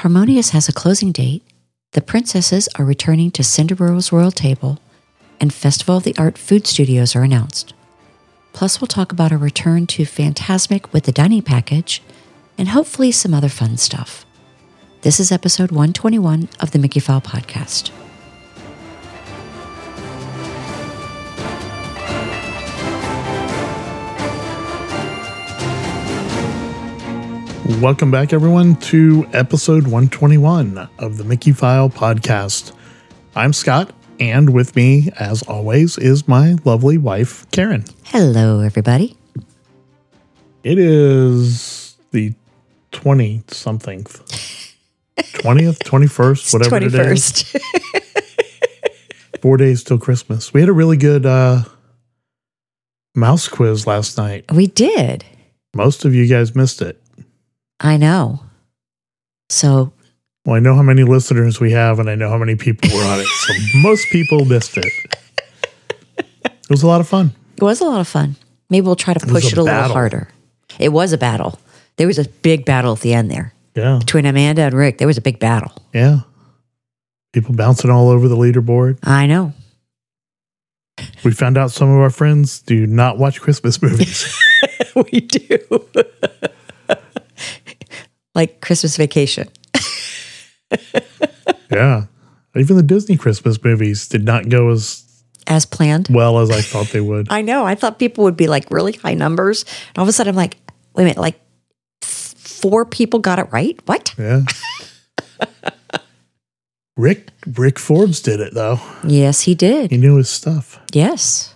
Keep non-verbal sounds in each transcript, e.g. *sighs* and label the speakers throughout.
Speaker 1: Harmonious has a closing date. The princesses are returning to Cinderella's royal table, and Festival of the Art food studios are announced. Plus, we'll talk about a return to Phantasmic with the dining package, and hopefully some other fun stuff. This is episode 121 of the Mickey File podcast.
Speaker 2: Welcome back, everyone, to episode 121 of the Mickey File podcast. I'm Scott, and with me, as always, is my lovely wife, Karen.
Speaker 1: Hello, everybody.
Speaker 2: It is the 20 something, 20th,
Speaker 1: *laughs*
Speaker 2: 21st, whatever it is. Four days till Christmas. We had a really good uh, mouse quiz last night.
Speaker 1: we did.
Speaker 2: Most of you guys missed it.
Speaker 1: I know. So
Speaker 2: Well, I know how many listeners we have, and I know how many people were on it. So most people missed it. It was a lot of fun.
Speaker 1: it was a lot of fun. Maybe we'll try to
Speaker 2: was
Speaker 1: push
Speaker 2: a
Speaker 1: it a little
Speaker 2: battle.
Speaker 1: harder. It was a battle. There was a big battle at the end there
Speaker 2: Yeah,
Speaker 1: between Amanda and Rick. There was a big battle.
Speaker 2: yeah. People bouncing all over the leaderboard.
Speaker 1: I
Speaker 2: *laughs*
Speaker 1: know.
Speaker 2: We found out some of our friends do not watch Christmas movies.
Speaker 1: we do. like Christmas vacation.
Speaker 2: yeah, even the Disney Christmas movies did not go as
Speaker 1: As planned.
Speaker 2: well as I thought they would.
Speaker 1: I know. I thought people would be like really high numbers. And all of a sudden, I'm like, wait a minute, like f- four people got it right? What?
Speaker 2: Yeah. Rick Rick Forbes did it though.
Speaker 1: Yes, he did.
Speaker 2: He knew his stuff.
Speaker 1: Yes.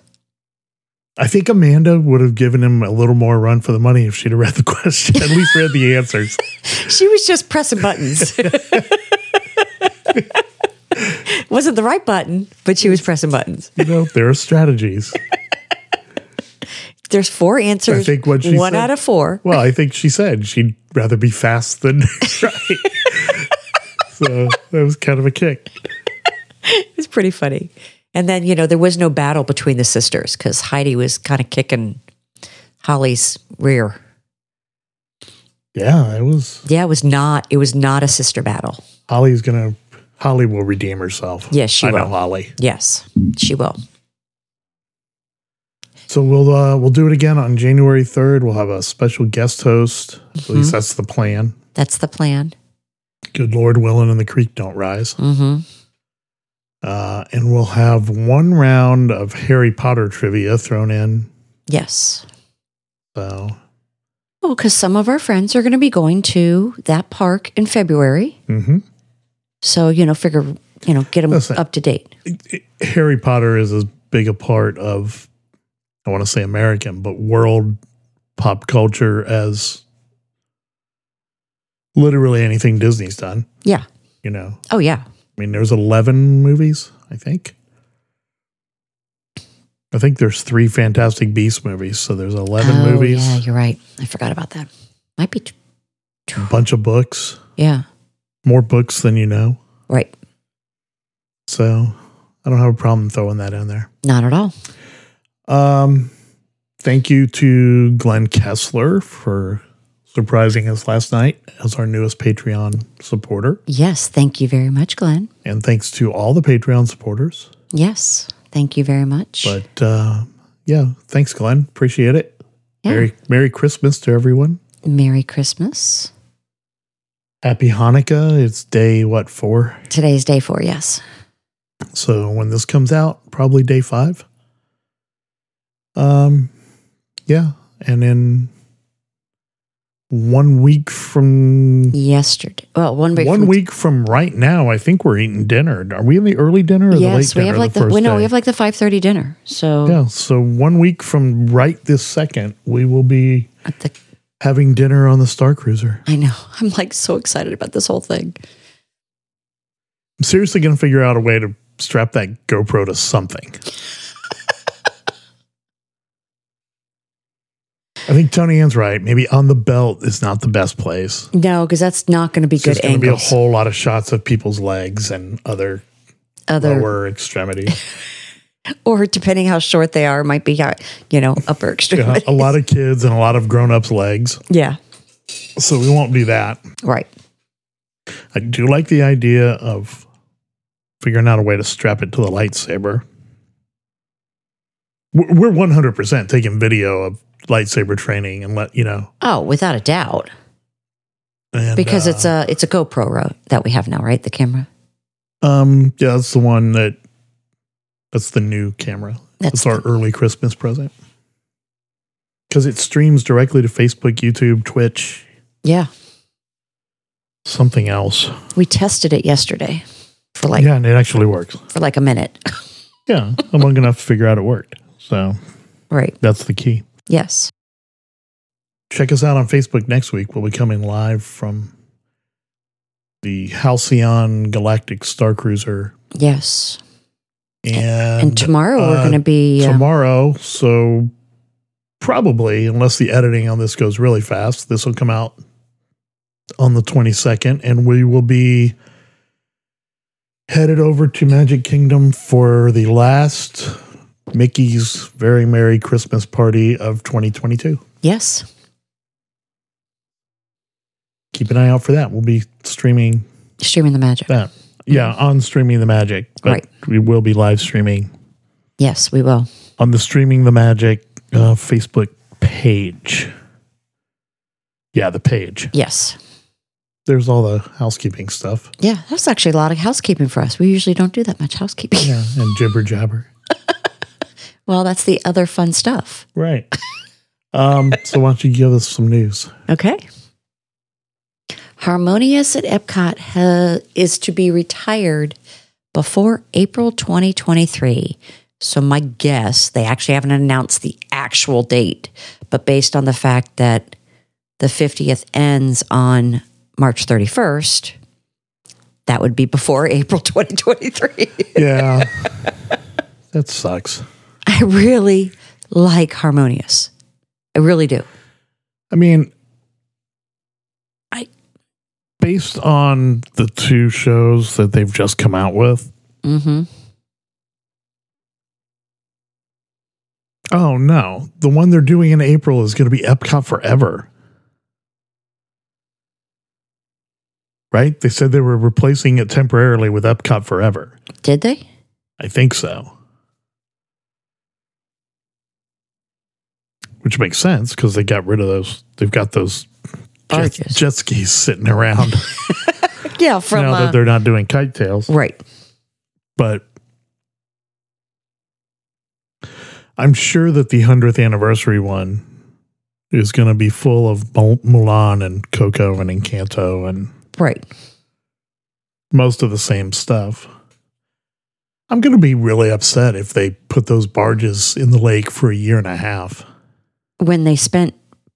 Speaker 2: I think Amanda would have given him a little more run for the money if she'd have read the *laughs* question, at least read the answers.
Speaker 1: She was just pressing buttons. *laughs* Wasn't the right button, but she was pressing buttons.
Speaker 2: You know, there are strategies.
Speaker 1: There's four answers.
Speaker 2: think what she
Speaker 1: one
Speaker 2: said-
Speaker 1: out of four.
Speaker 2: Well, I think she said she'd rather be fast than *laughs* right. so that was kind of a kick.
Speaker 1: It's pretty funny. And then, you know, there was no battle between the sisters because Heidi was kind of kicking Holly's rear.
Speaker 2: Yeah, it was.
Speaker 1: Yeah, it was not it was not a sister battle.
Speaker 2: Holly's gonna. Holly will redeem herself.
Speaker 1: Yes, she
Speaker 2: I know
Speaker 1: will.
Speaker 2: Holly.
Speaker 1: Yes, she will.
Speaker 2: So we'll uh, we'll do it again on January third. We'll have a special guest host. At
Speaker 1: Mm-hmm.
Speaker 2: least that's the plan.
Speaker 1: That's the plan.
Speaker 2: Good Lord willing, and the creek don't rise.
Speaker 1: Mm-hmm.
Speaker 2: Uh, and we'll have one round of Harry Potter trivia thrown in.
Speaker 1: Yes.
Speaker 2: So
Speaker 1: Well, because Oh, some of our friends are going to be going to that park in February,
Speaker 2: mhm.
Speaker 1: so you know, figure you know, get them
Speaker 2: Listen.
Speaker 1: up to date.
Speaker 2: Harry Potter is as big a part of, I want to say American, but world pop culture as literally anything Disney's done.
Speaker 1: Yeah.
Speaker 2: You know,
Speaker 1: Oh yeah.
Speaker 2: I mean, there's 11 movies, I think. I think there's three Fantastic Beast movies. So there's 11
Speaker 1: oh,
Speaker 2: movies,
Speaker 1: Yeah, you're right. I forgot about that. Might be. T-
Speaker 2: a bunch of books,
Speaker 1: yeah.
Speaker 2: more books than you know.
Speaker 1: Right.
Speaker 2: So I don't have a problem throwing that in there.
Speaker 1: Not at all.
Speaker 2: Um, thank you to Glenn Kessler for surprising us last night as our newest Patreon supporter.
Speaker 1: Yes. Thank you very much, Glenn.
Speaker 2: And thanks to all the Patreon supporters.
Speaker 1: Yes. Thank you very much.
Speaker 2: But uh, yeah, thanks, Glenn. Appreciate it.
Speaker 1: Yeah.
Speaker 2: Merry, Merry Christmas to everyone.
Speaker 1: Merry Christmas.
Speaker 2: Happy Hanukkah. It's day, what, four?
Speaker 1: Today's day four. Yes.
Speaker 2: So when this comes out, probably day five. Um, yeah. And in one week from
Speaker 1: Yesterday. Well, one week.
Speaker 2: One
Speaker 1: from-
Speaker 2: week from right now, I think we're eating dinner. Are we in the early dinner or the late
Speaker 1: Yes,
Speaker 2: dinner?
Speaker 1: we have like
Speaker 2: the
Speaker 1: the, we
Speaker 2: first
Speaker 1: no,
Speaker 2: day?
Speaker 1: we have like the five thirty dinner. So
Speaker 2: yeah. So one week from right this second, we will be
Speaker 1: at the
Speaker 2: having dinner on the Star Cruiser.
Speaker 1: I know. *laughs* I'm like so excited about this whole thing.
Speaker 2: I'm seriously going to figure out a way to strap that GoPro to something. I think Tony Ann's right. Maybe on the belt is not the best place.
Speaker 1: No, because that's not going to be
Speaker 2: It's
Speaker 1: good
Speaker 2: just going to be a
Speaker 1: angles.
Speaker 2: whole lot of shots of people's legs and other,
Speaker 1: Other *laughs*
Speaker 2: lower extremities.
Speaker 1: or depending how short they are, might be uh, you know upper
Speaker 2: Yeah,
Speaker 1: extremity. *laughs*
Speaker 2: a lot of kids and a lot of grown ups' legs.
Speaker 1: Yeah,
Speaker 2: So we won't do that.
Speaker 1: right.
Speaker 2: I do like the idea of figuring out a way to strap it to the lightsaber. We're we're 100% taking video of lightsaber training and let you know.
Speaker 1: Oh, without a doubt,
Speaker 2: And,
Speaker 1: because
Speaker 2: uh,
Speaker 1: it's a it's a GoPro ro- that we have now, right? The camera.
Speaker 2: Um, yeah, that's the one that. That's the new camera.
Speaker 1: That's
Speaker 2: That's our early Christmas present. Because it streams directly to Facebook, YouTube, Twitch,
Speaker 1: yeah.
Speaker 2: something else.
Speaker 1: We tested it yesterday for like
Speaker 2: yeah, and it actually works.
Speaker 1: for like a minute. *laughs*
Speaker 2: Yeah, I'm long enough to figure out it worked. So
Speaker 1: right.
Speaker 2: that's the key.
Speaker 1: Yes.
Speaker 2: Check us out on Facebook next week. We'll be coming live from the Halcyon Galactic Star Cruiser.
Speaker 1: Yes.
Speaker 2: And,
Speaker 1: And tomorrow we're
Speaker 2: uh,
Speaker 1: going to be um,
Speaker 2: tomorrow. So probably, unless the editing on this goes really fast, this will come out on the 22nd, and we will be headed over to Magic Kingdom for the last Mickey's Very Merry Christmas Party of 2022.
Speaker 1: yes.
Speaker 2: Keep an eye out for that. We'll be streaming
Speaker 1: Streaming the magic.
Speaker 2: that. Uh, Yeah, on streaming the magic, but
Speaker 1: Right.
Speaker 2: we will be live streaming
Speaker 1: Yes, we will.
Speaker 2: on the streaming the magic uh, facebook page yeah the page
Speaker 1: Yes.
Speaker 2: there's all the housekeeping stuff
Speaker 1: Yeah, that's actually a lot of housekeeping for us. We usually don't do that much housekeeping.
Speaker 2: yeah and jibber jabber
Speaker 1: *laughs* Well, that's the other fun stuff.
Speaker 2: right *laughs* um so why don't you give us some news
Speaker 1: Okay. Harmonious at Epcot ha- is to be retired before April 2023. So, my guess, they actually haven't announced the actual date, but based on the fact that the 50th ends on March 31st, that would be before *laughs* April 2023.
Speaker 2: yeah *laughs* that sucks
Speaker 1: I really like Harmonious. I really do.
Speaker 2: i mean
Speaker 1: I-
Speaker 2: based on the two shows that they've just come out with
Speaker 1: hmm
Speaker 2: oh no the one they're doing in april is going to be epcot forever right they said they were replacing it temporarily with epcot forever
Speaker 1: Did they?
Speaker 2: I think so. Which makes sense because they got rid of those. They've got those jet,
Speaker 1: Barges.
Speaker 2: jet skis sitting around
Speaker 1: Yeah, *laughs* from
Speaker 2: now
Speaker 1: uh,
Speaker 2: that they're not doing kite tails.
Speaker 1: right.
Speaker 2: But I'm sure that the 100th anniversary one is going to be full of Mul- Mulan and Coco and Encanto and
Speaker 1: Right.
Speaker 2: most of the same stuff. I'm going to be really upset if they put those barges in the lake for a year and a half.
Speaker 1: When they spent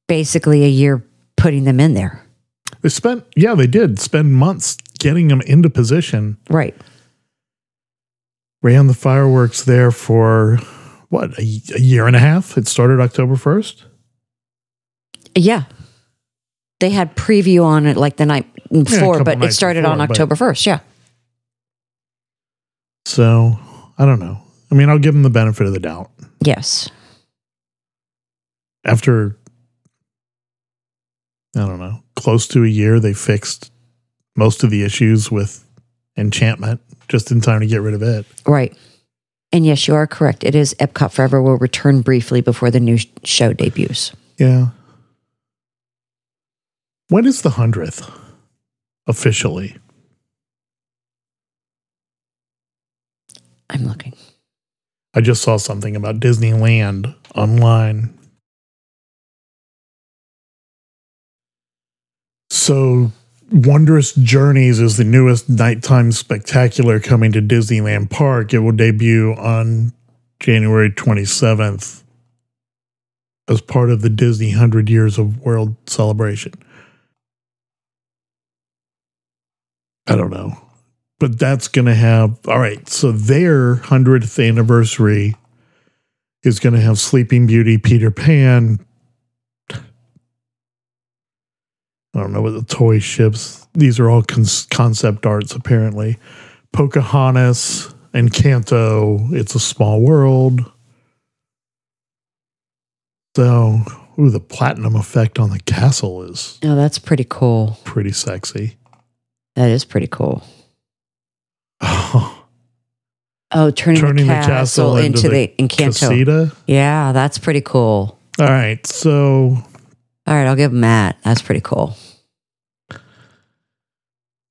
Speaker 1: basically a year putting them in there.
Speaker 2: They spent, yeah, they did spend months getting them into position.
Speaker 1: Right.
Speaker 2: Ran the fireworks there for what, a, y- a year and a half? It started October 1st?
Speaker 1: Yeah. They had preview on it like the night before,
Speaker 2: couple
Speaker 1: but it
Speaker 2: nights
Speaker 1: started on
Speaker 2: before, but-
Speaker 1: October 1st. Yeah.
Speaker 2: So I don't know. I mean, I'll give them the benefit of the doubt.
Speaker 1: Yes.
Speaker 2: After, I don't know, close to a year, they fixed most of the issues with enchantment just in time to get rid of it.
Speaker 1: Right. And yes, you are correct. It is Epcot Forever will return briefly before the new sh- show debuts.
Speaker 2: Yeah. When is the 100th officially?
Speaker 1: I'm looking.
Speaker 2: I just saw something about Disneyland online. So, Wondrous Journeys is the newest nighttime spectacular coming to Disneyland Park. It will debut on January 27th as part of the Disney 100 Years of World celebration. I don't know but that's going to have all right so their 100th anniversary is going to have sleeping beauty peter pan i don't know what the toy ships these are all cons- concept arts apparently pocahontas and canto it's a small world so ooh, the platinum effect on the castle is
Speaker 1: Oh, that's pretty cool.
Speaker 2: pretty sexy *laughs*
Speaker 1: That is pretty cool.
Speaker 2: Oh,
Speaker 1: Oh, turning,
Speaker 2: turning
Speaker 1: the, castle into, the, Encanto.
Speaker 2: Casita.
Speaker 1: Yeah, that's pretty cool.
Speaker 2: All right. So,
Speaker 1: All right, I'll give him that. That's pretty cool.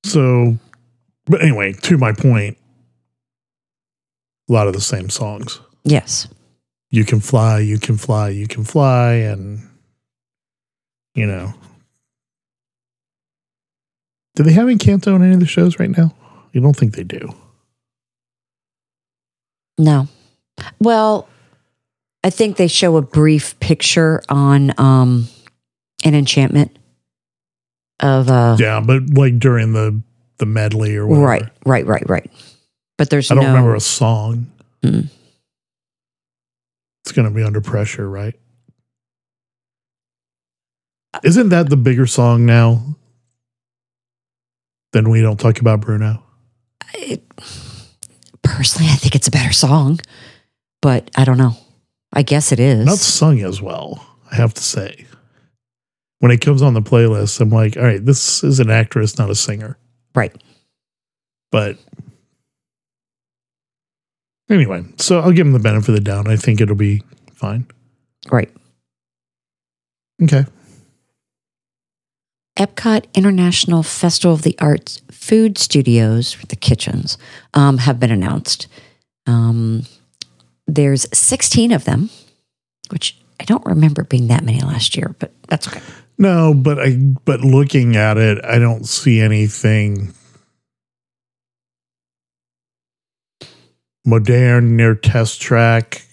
Speaker 2: so, but anyway, to my point, a lot of the same songs.
Speaker 1: Yes.
Speaker 2: You can fly, you can fly, you can fly, and you know. Do they have Encanto on any of the shows right now? You don't think they do.
Speaker 1: No. Well, I think they show a brief picture on um an enchantment of uh
Speaker 2: Yeah, but like during the the medley or whatever.
Speaker 1: right, right, right, right. But there's
Speaker 2: I don't
Speaker 1: no
Speaker 2: remember a song.
Speaker 1: Mm.
Speaker 2: It's going to be under pressure, right? Isn't that the bigger song now? Then we don't talk about Bruno.
Speaker 1: it, personally *laughs* I think it's a better song, but I don't know. I guess it is.
Speaker 2: Not sung as well, I have to say. When it comes on the playlist, I'm like, all right, this is an actress, not a singer.
Speaker 1: right.
Speaker 2: But anyway, so I'll give him the benefit of the doubt. I think it'll be fine.
Speaker 1: Right.
Speaker 2: Okay.
Speaker 1: Epcot International Festival of the Arts food studios, the kitchens, um, have been announced. Um, there's 16 of them, which I don't remember being that many last year, but that's okay.
Speaker 2: No, but I but looking at it, I don't see anything modern near test track.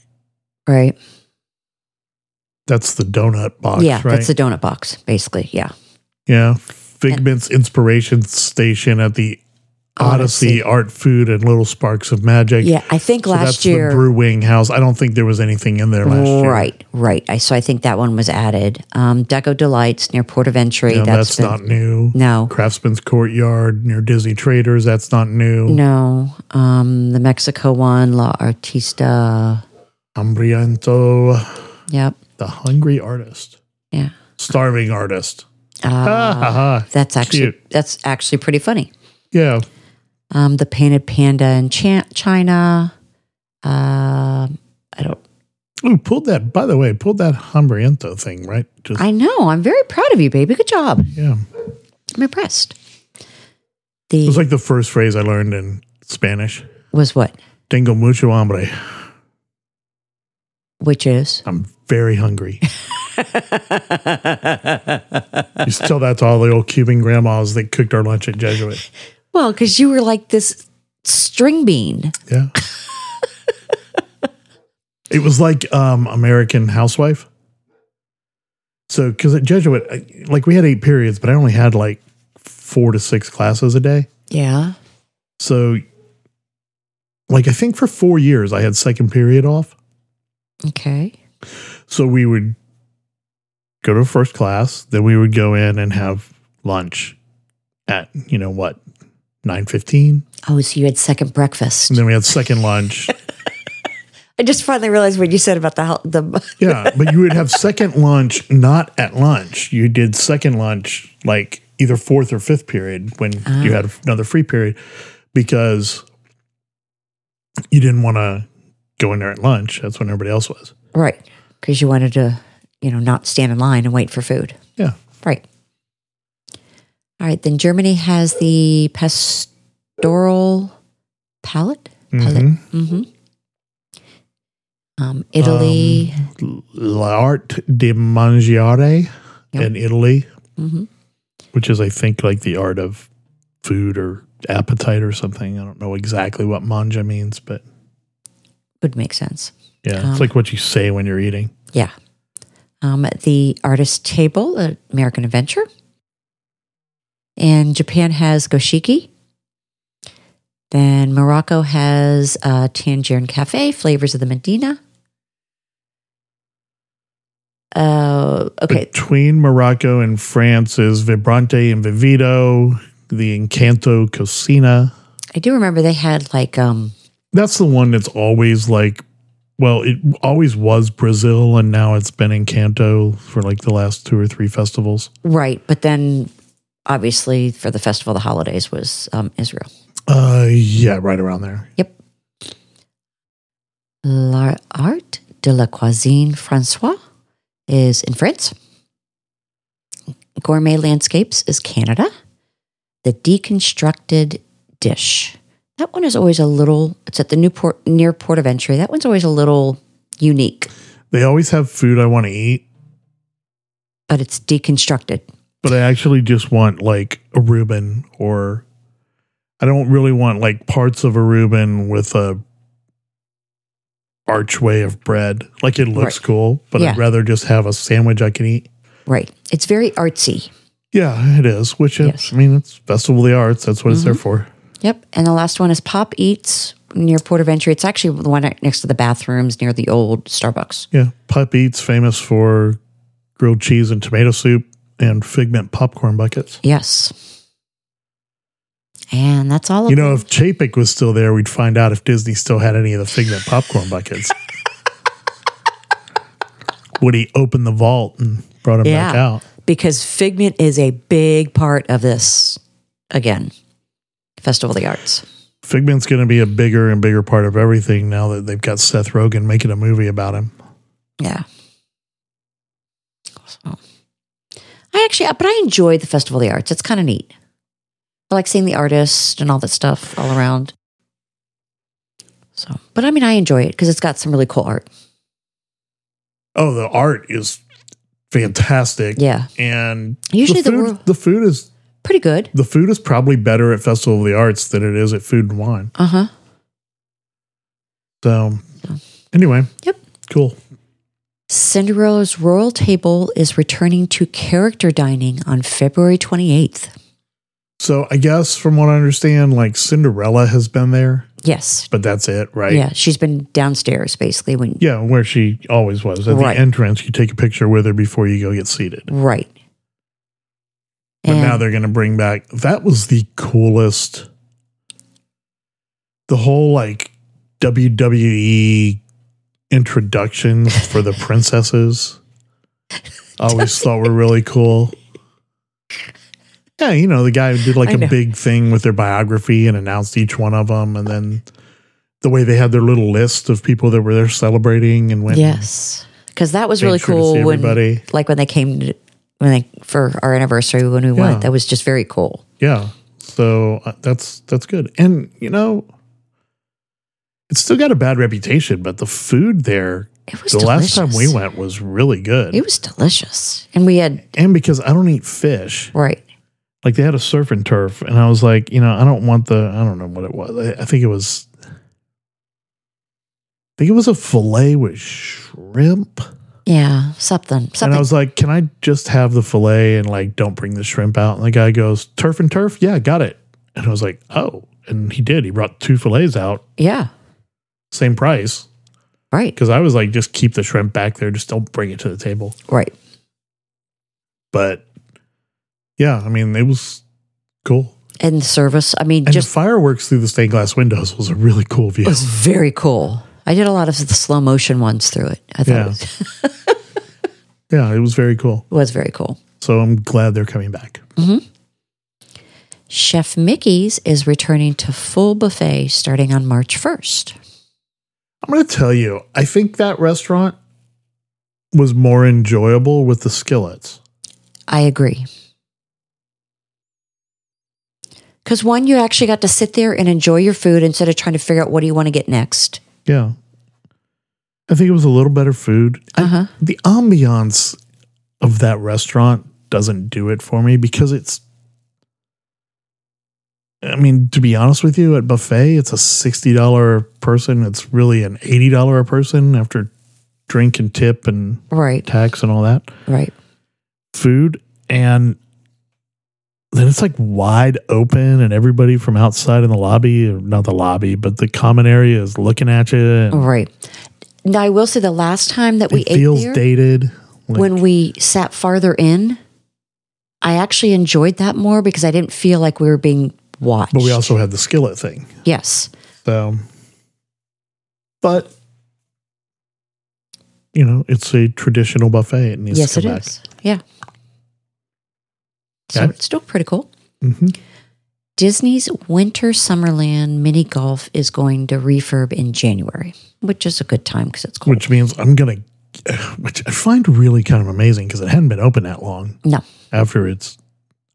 Speaker 1: Right.
Speaker 2: That's the donut box,
Speaker 1: yeah,
Speaker 2: right?
Speaker 1: that's the donut box, basically. Yeah.
Speaker 2: yeah, Figment's inspiration station at the Odyssey, Art Food and Little Sparks of Magic.
Speaker 1: Yeah, I think
Speaker 2: So that's
Speaker 1: last year.
Speaker 2: the Brewing House. I don't think there was anything in there last year.
Speaker 1: Right, right. I, so I think that one was added. Um, Deco Delights near Port of Entry.
Speaker 2: No,
Speaker 1: that's
Speaker 2: that's
Speaker 1: been-
Speaker 2: not new.
Speaker 1: No,
Speaker 2: Craftsman's Courtyard near Disney Traders. That's not new.
Speaker 1: no. Um, the Mexico one, La Artista.
Speaker 2: Hambriento.
Speaker 1: Yep.
Speaker 2: The Hungry Artist.
Speaker 1: Yeah.
Speaker 2: Starving Artist. Ha,
Speaker 1: Uh,
Speaker 2: ha, ha.
Speaker 1: That's actually
Speaker 2: Cute.
Speaker 1: that's actually pretty funny.
Speaker 2: Yeah.
Speaker 1: Um, the painted panda in Cha- China. Um, I don't.
Speaker 2: Ooh, pulled that, by the way, pulled that Hambriento thing, right? Just,
Speaker 1: I know. I'm very proud of you, baby. Good job.
Speaker 2: yeah.
Speaker 1: I'm impressed.
Speaker 2: It
Speaker 1: The
Speaker 2: was like the first phrase I learned in Spanish.
Speaker 1: was what,
Speaker 2: Tengo mucho hambre.
Speaker 1: which is
Speaker 2: I'm
Speaker 1: *laughs*
Speaker 2: very hungry. you tell that to all the old Cuban grandmas that cooked our lunch at Jesuit.
Speaker 1: well, because you were like this string bean.
Speaker 2: Yeah. it was like um, American Housewife. So, because at Jesuit, I, like we had eight periods, but I only had like four to six classes a day.
Speaker 1: Yeah.
Speaker 2: So, like, I think for four years, I had second period off.
Speaker 1: Okay.
Speaker 2: So we would go to first class, then we would go in and have lunch at you know what nine fifteen,
Speaker 1: Oh, so you had second breakfast.
Speaker 2: and then we had second lunch.
Speaker 1: I just finally realized what you said about the hel- the.
Speaker 2: yeah, but you would have second lunch not at lunch. You did second lunch like either fourth or fifth period when you had
Speaker 1: Ah.
Speaker 2: another free period because you didn't want to go in there at lunch. That's when everybody else was.
Speaker 1: Right. Because you wanted to, you know, not stand in line and wait for food.
Speaker 2: Yeah.
Speaker 1: Right. All right. Then Germany has the pastoral palette. Palette.
Speaker 2: Mm-hmm.
Speaker 1: hmm Um, Italy.
Speaker 2: Um, L'Art di Mangiare
Speaker 1: Yep.
Speaker 2: in Italy,
Speaker 1: hmm
Speaker 2: which is, I think, like the art of food or appetite or something. I don't know exactly what manja means, but
Speaker 1: Would make sense.
Speaker 2: yeah,
Speaker 1: Um,
Speaker 2: it's like what you say when you're eating.
Speaker 1: Yeah. Um, the artist table, uh, American Adventure. And Japan has Goshiki. Then Morocco has uh, Tangier Cafe, Flavors of the Medina. Uh, okay.
Speaker 2: Between Morocco and France is Vibrante and Vivido, the Encanto Cocina.
Speaker 1: I do remember they had like, um,
Speaker 2: That's the one that's always like, well, it always was Brazil, and now it's been Encanto for like the last two or three festivals.
Speaker 1: right, but then obviously for the festival, the holidays was um, Israel.
Speaker 2: Uh, yeah, right around there.
Speaker 1: Yep. L'art de la cuisine François is in France. Gourmet landscapes is Canada. The deconstructed dish. That one is always a little. It's at the Newport near port of entry. That one's always a little unique,
Speaker 2: They always have food I want to eat,
Speaker 1: but it's deconstructed.
Speaker 2: but I actually just want like a Reuben or I don't really want like parts of a Reuben with a archway of bread. Like it looks
Speaker 1: Right.
Speaker 2: cool, but
Speaker 1: Yeah.
Speaker 2: I'd rather just have a sandwich I can eat.
Speaker 1: Right. It's very artsy.
Speaker 2: Yeah, it is. Which is,
Speaker 1: Yes. Mm-hmm.
Speaker 2: I mean, it's Festival of the Arts. That's what it's there for.
Speaker 1: Yep. And the last one is Pop Eats near Port of Entry. It's actually the one next to the bathrooms near the old Starbucks.
Speaker 2: Yeah, Pup Eats famous for grilled cheese and tomato soup and figment popcorn buckets.
Speaker 1: Yes. And that's all of
Speaker 2: You know,
Speaker 1: *laughs*
Speaker 2: if Chapek was still there, we'd find out if Disney still had any of the figment popcorn
Speaker 1: *laughs*
Speaker 2: buckets. Would he open the vault and brought him back
Speaker 1: Yeah.
Speaker 2: out?
Speaker 1: because Figment is a big part of this again. Festival of the Arts.
Speaker 2: Figment's going to be a bigger and bigger part of everything now that they've got Seth Rogen making a movie about him.
Speaker 1: Yeah. So I actually but I enjoy the Festival of the Arts. It's kind of neat. I like seeing the artists and all that stuff all around. So, but I mean I enjoy it because it's got some really cool art.
Speaker 2: Oh, the art is fantastic.
Speaker 1: Yeah.
Speaker 2: And
Speaker 1: Usually
Speaker 2: the
Speaker 1: the
Speaker 2: food,
Speaker 1: world-
Speaker 2: the food is
Speaker 1: Pretty good.
Speaker 2: the food is probably better at Festival of the Arts than it is at Food and Wine.
Speaker 1: Uh-huh.
Speaker 2: So, anyway,
Speaker 1: Yep.
Speaker 2: cool.
Speaker 1: Cinderella's Royal Table is returning to character dining on February 28th.
Speaker 2: So, I guess from what I understand, like Cinderella has been there,
Speaker 1: Yes.
Speaker 2: but that's it, right?
Speaker 1: Yeah, she's been downstairs basically when
Speaker 2: Yeah, where she always was at
Speaker 1: Right.
Speaker 2: the entrance. You take a picture with her before you go get seated.
Speaker 1: right.
Speaker 2: But now
Speaker 1: And-
Speaker 2: they're going to bring back. That was the coolest. The whole like WWE introductions for the
Speaker 1: *laughs*
Speaker 2: princesses. I always thought were really cool. Yeah, you know the guy who did like
Speaker 1: I
Speaker 2: a
Speaker 1: know.
Speaker 2: big thing with their biography and announced each one of them, and then the way they had their little list of people that were there celebrating and went.
Speaker 1: Yes, because that was
Speaker 2: Made
Speaker 1: really
Speaker 2: sure to
Speaker 1: cool
Speaker 2: see
Speaker 1: when,
Speaker 2: everybody.
Speaker 1: like, when they came to, when they for our anniversary when we
Speaker 2: Yeah.
Speaker 1: went. That was just very cool.
Speaker 2: Yeah. So uh, that's that's good. And you know, it's still got a bad reputation, but the food there
Speaker 1: It was
Speaker 2: the
Speaker 1: delicious.
Speaker 2: last time we went was really good.
Speaker 1: It was delicious, and we had
Speaker 2: and because I don't eat fish,
Speaker 1: right.
Speaker 2: like they had a surf and turf, and I was like, you know, I don't want the I don't know what it was. I, I think it was I think it was a fillet with shrimp.
Speaker 1: Yeah, something,
Speaker 2: And I
Speaker 1: something.
Speaker 2: was like, can I just have the filet and like don't bring the shrimp out? And the guy goes, turf and turf? Yeah, got it. And I was like, oh. And he did. He brought two filets out,
Speaker 1: yeah,
Speaker 2: same price.
Speaker 1: right,
Speaker 2: Cause I was like, just keep the shrimp back there. Just don't bring it to the table.
Speaker 1: right.
Speaker 2: But yeah, I mean, it was cool.
Speaker 1: And the service. I mean,
Speaker 2: And
Speaker 1: just
Speaker 2: the fireworks through the stained glass windows was a really cool view.
Speaker 1: it was very cool. I did a lot of the slow motion ones through it. I thought it,
Speaker 2: Yeah.
Speaker 1: was,
Speaker 2: yeah, it was very cool.
Speaker 1: was very cool.
Speaker 2: So I'm glad they're coming back.
Speaker 1: Chef Mickey's is returning to full buffet starting on March first.
Speaker 2: I'm going to tell you, I think that restaurant was more enjoyable with the skillets.
Speaker 1: I agree. Because one, you actually got to sit there and enjoy your food instead of trying to figure out what do you want to get next.
Speaker 2: Yeah. I think it was a little better food. I-
Speaker 1: Uh-huh.
Speaker 2: the ambiance of that restaurant doesn't do it for me because it's I mean, to be honest with you, at buffet, it's a $60 person. It's really an $80 a person after drink and tip and
Speaker 1: Right,
Speaker 2: tax and all that
Speaker 1: right.
Speaker 2: food and then it's like wide open and everybody from outside in the lobby or not the lobby but the common area is looking at you and
Speaker 1: Right. Now, I will say the last time that we
Speaker 2: it
Speaker 1: ate
Speaker 2: feels
Speaker 1: there,
Speaker 2: dated Like,
Speaker 1: when we sat farther in, I actually enjoyed that more because I didn't feel like we were being watched.
Speaker 2: but we also had the skillet thing
Speaker 1: yes.
Speaker 2: so but you know it's a traditional buffet it needs
Speaker 1: Yes,
Speaker 2: to
Speaker 1: it
Speaker 2: come back
Speaker 1: is. Yeah. So
Speaker 2: Okay.
Speaker 1: it's still pretty cool.
Speaker 2: hmm
Speaker 1: Disney's Winter Summerland mini golf is going to refurb in January, which is a good time because it's cold.
Speaker 2: Which means I'm gonna, *sighs* which I find really kind of amazing because it hadn't been open that long
Speaker 1: no,
Speaker 2: after its,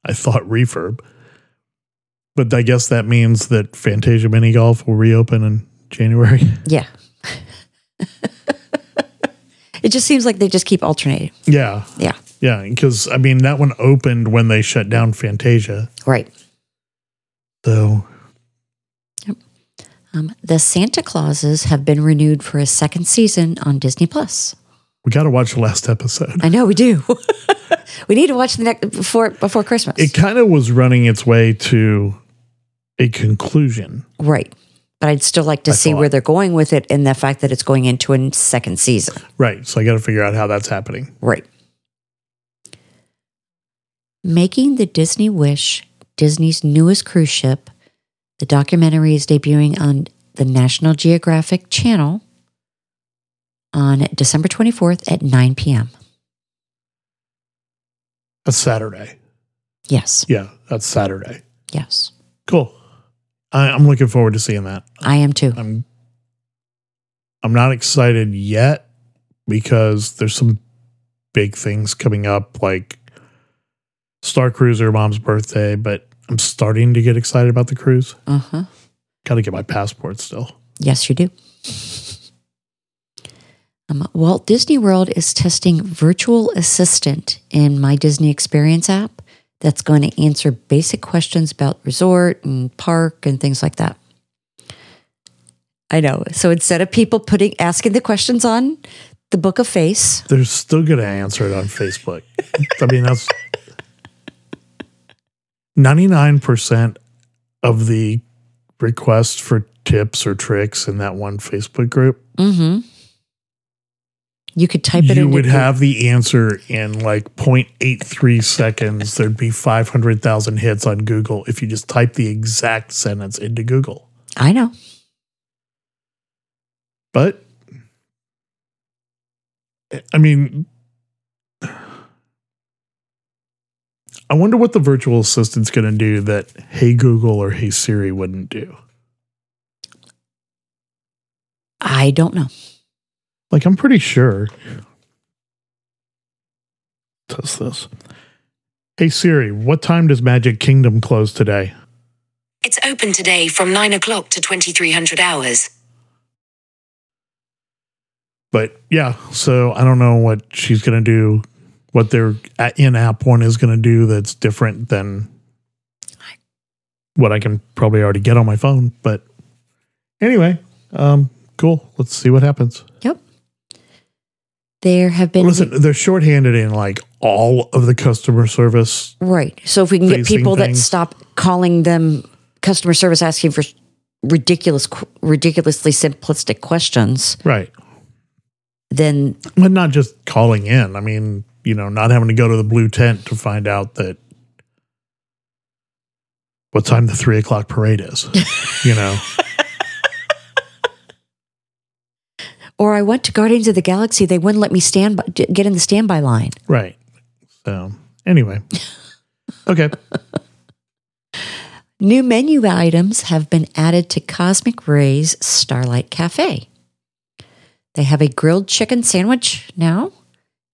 Speaker 2: I thought refurb, but I guess that means that Fantasia Mini Golf will reopen in January. *laughs*
Speaker 1: yeah. *laughs* it just seems like they just keep alternating.
Speaker 2: yeah,
Speaker 1: Yeah,
Speaker 2: yeah, because I mean that one opened when they shut down Fantasia,
Speaker 1: right.
Speaker 2: so
Speaker 1: Um, the Santa Clauses have been renewed for a second season on Disney Plus.
Speaker 2: we got to watch the last
Speaker 1: *laughs*
Speaker 2: episode.
Speaker 1: I know we do. we need to watch the next before before Christmas.
Speaker 2: It kind of was running its way to a conclusion.
Speaker 1: right. But I'd still like to
Speaker 2: I
Speaker 1: see
Speaker 2: thought-
Speaker 1: where they're going with it and the fact that it's going into a second season.
Speaker 2: Right. So I got to figure out how that's happening.
Speaker 1: Right. Making the Disney Wish, Disney's newest cruise ship. The documentary is debuting on the National Geographic Channel on December 24th at 9 p.m.
Speaker 2: That's Saturday.
Speaker 1: Yes.
Speaker 2: Yeah. That's Saturday.
Speaker 1: Yes.
Speaker 2: Cool. I, I'm looking forward to seeing that.
Speaker 1: I am too.
Speaker 2: I'm I'm not excited yet because there's some big things coming up like Star Cruiser, mom's birthday, but I'm starting to get excited about the cruise.
Speaker 1: Uh huh.
Speaker 2: Got to get my passport still.
Speaker 1: Yes, you do. Um, Walt Disney World is testing virtual assistant in My Disney Experience app that's going to answer basic questions about resort and park and things like that. I know. So instead of people putting asking the questions on the book of face,
Speaker 2: They're still going to answer it on Facebook. I mean, that's 99% of the requests for tips or tricks in that one Facebook group.
Speaker 1: hmm you could type it.
Speaker 2: You
Speaker 1: in
Speaker 2: would have the answer in like 0.83 seconds. There'd be 500,000 hits on Google if you just type the exact sentence into Google.
Speaker 1: I know.
Speaker 2: But I mean, I wonder what the virtual assistant's going to do that Hey Google or Hey Siri wouldn't do.
Speaker 1: I don't know.
Speaker 2: Like, I'm pretty sure. Test this. Hey Siri, what time does Magic Kingdom close today?
Speaker 3: It's open today from 9 o'clock to 2300 hours.
Speaker 2: But yeah, so I don't know what she's going to do, what their in app one is going to do that's different than what I can probably already get on my phone. But anyway, um, cool. Let's see what happens.
Speaker 1: Yep. There have been
Speaker 2: Listen, they're shorthanded in like all of the customer service.
Speaker 1: Right. So if we can get
Speaker 2: Facing
Speaker 1: people that
Speaker 2: things.
Speaker 1: stop calling them customer service asking for ridiculous, ridiculously simplistic questions,
Speaker 2: Right.
Speaker 1: then
Speaker 2: But not just calling in. I mean, you know, not having to go to the blue tent to find out that what time the three o'clock parade is, you know.
Speaker 1: or I went to Guardians of the Galaxy, they wouldn't let me stand by, d- get in the standby line.
Speaker 2: Right. So anyway. *laughs* Okay.
Speaker 1: New menu items have been added to Cosmic Rays Starlight Cafe. They have a grilled chicken sandwich now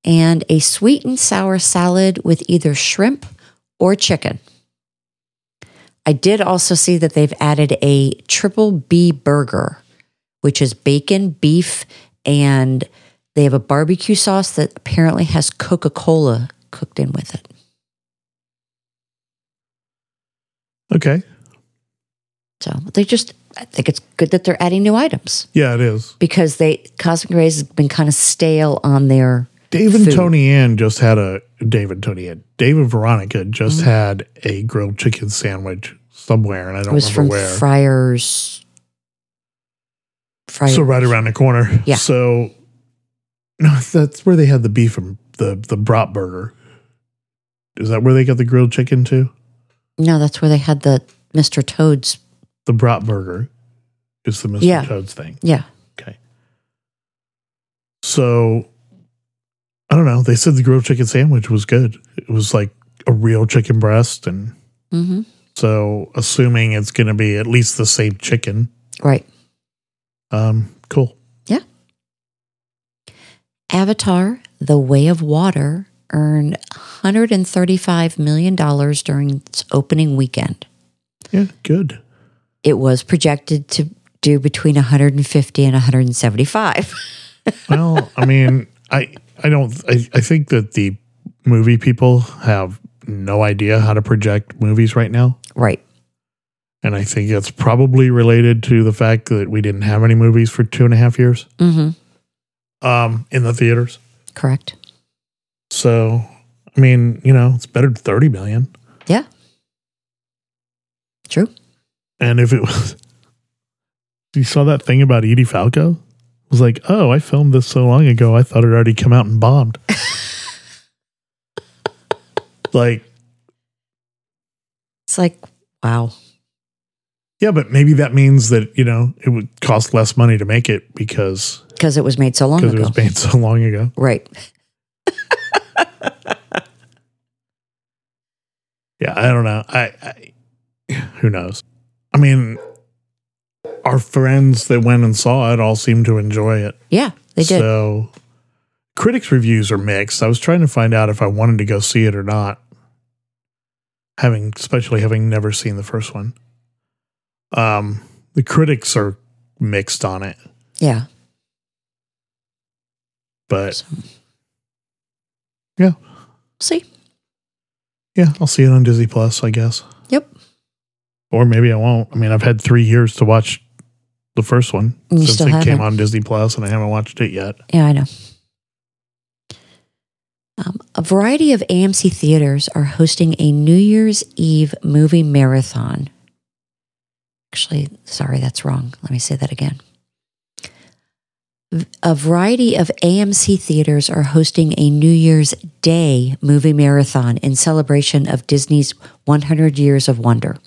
Speaker 1: and a sweet and sour salad with either shrimp or chicken. I did also see that they've added a triple B burger, which is bacon, beef, and they have a barbecue sauce that apparently has Coca Cola cooked in with it.
Speaker 2: Okay.
Speaker 1: So they just, I think it's good that they're adding new items.
Speaker 2: Yeah, it is.
Speaker 1: because they Cosmic Rays has been kind of stale on their
Speaker 2: Dave and
Speaker 1: Food.
Speaker 2: Tony Ann just had a Dave and Tony Ann. Dave and Veronica just
Speaker 1: Mm-hmm.
Speaker 2: had a grilled chicken sandwich somewhere, and I
Speaker 1: it
Speaker 2: don't
Speaker 1: was
Speaker 2: remember
Speaker 1: from
Speaker 2: where.
Speaker 1: Friars Friars
Speaker 2: so right around the corner.
Speaker 1: Yeah.
Speaker 2: So no, that's where they had the beef and the the brat burger. Is that where they got the grilled chicken too?
Speaker 1: No, that's where they had the Mr. Toad's
Speaker 2: The brat burger is the Mr.
Speaker 1: Yeah.
Speaker 2: Toad's thing.
Speaker 1: yeah.
Speaker 2: Okay. So I don't know. They said the grilled chicken sandwich was good. It was like a real chicken breast. And
Speaker 1: Mm-hmm.
Speaker 2: so, assuming it's going to be at least the same chicken,
Speaker 1: Right.
Speaker 2: um, cool.
Speaker 1: Avatar: The Way of Water earned 135 million dollars during its opening weekend.
Speaker 2: Yeah, good.
Speaker 1: It was projected to do between 150 and 175.
Speaker 2: Well, I mean, I I don't I, I think that the movie people have no idea how to project movies right now.
Speaker 1: *laughs* right.
Speaker 2: And I think that's probably related to the fact that we didn't have any movies for two and a half years
Speaker 1: Mm-hmm.
Speaker 2: um, in the theaters.
Speaker 1: Correct.
Speaker 2: So, I mean, you know, it's better than 30 million.
Speaker 1: Yeah. True.
Speaker 2: And if it was, *laughs* you saw that thing about Edie Falco? It was like, oh, I filmed this so long ago, I thought it already come out and
Speaker 1: *laughs*
Speaker 2: bombed. like,
Speaker 1: It's like wow.
Speaker 2: yeah, but maybe that means that, you know, it would cost less money to make it because
Speaker 1: Because it was made so long
Speaker 2: because it
Speaker 1: ago.
Speaker 2: was made so long ago.
Speaker 1: right.
Speaker 2: Yeah, I don't know. I, I who knows? I mean, our friends that went and saw it all seemed to enjoy it.
Speaker 1: Yeah, they did.
Speaker 2: So critics reviews are mixed. I was trying to find out if I wanted to go see it or not. Having especially having never seen the first one. Um the critics are mixed on it,
Speaker 1: yeah.
Speaker 2: but
Speaker 1: So,
Speaker 2: Yeah.
Speaker 1: See.
Speaker 2: yeah, I'll see it on Disney Plus, I guess.
Speaker 1: Yep.
Speaker 2: Or maybe I won't. I mean, I've had 3 years to watch the first one
Speaker 1: And you
Speaker 2: since
Speaker 1: still
Speaker 2: it came
Speaker 1: haven't.
Speaker 2: on Disney Plus and I haven't watched it yet.
Speaker 1: Yeah, I know. Um, a variety of AMC theaters are hosting a New Year's Eve movie marathon. Actually, sorry, that's wrong. Let me say that again. V- A variety of AMC theaters are hosting a New Year's Day movie marathon in celebration of Disney's 100 Years of Wonder.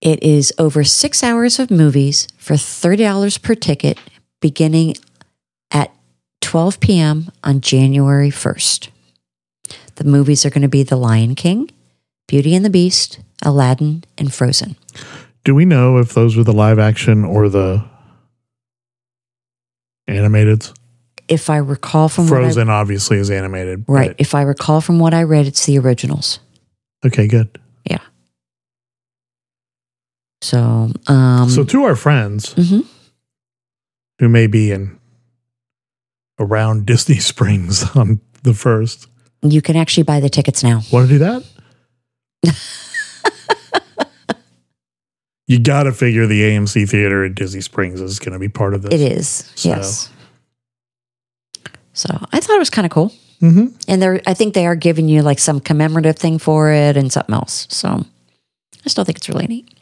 Speaker 1: It is over six hours of movies for $30 per ticket beginning at 12 p.m. on January 1st. The movies are going to be The Lion King, Beauty and the Beast, Aladdin, and Frozen.
Speaker 2: Do we know if those were the live action or the animated?
Speaker 1: If I recall from
Speaker 2: Frozen obviously is animated.
Speaker 1: what I, right,
Speaker 2: but-
Speaker 1: if I recall from what I read, it's the originals.
Speaker 2: Okay, good.
Speaker 1: Yeah. So, um,
Speaker 2: so to our friends
Speaker 1: mhm.
Speaker 2: who may be in around Disney *laughs* Springs on the first,
Speaker 1: you can actually buy the tickets now.
Speaker 2: want to do
Speaker 1: *laughs*
Speaker 2: that? you got to figure the AMC theater at Disney Springs is going to be part of this.
Speaker 1: It is,
Speaker 2: So-
Speaker 1: yes. So I thought it was kind of cool.
Speaker 2: Mm-hmm.
Speaker 1: and they're I think they are giving you like some commemorative thing for it and something else. So I still think it's really neat.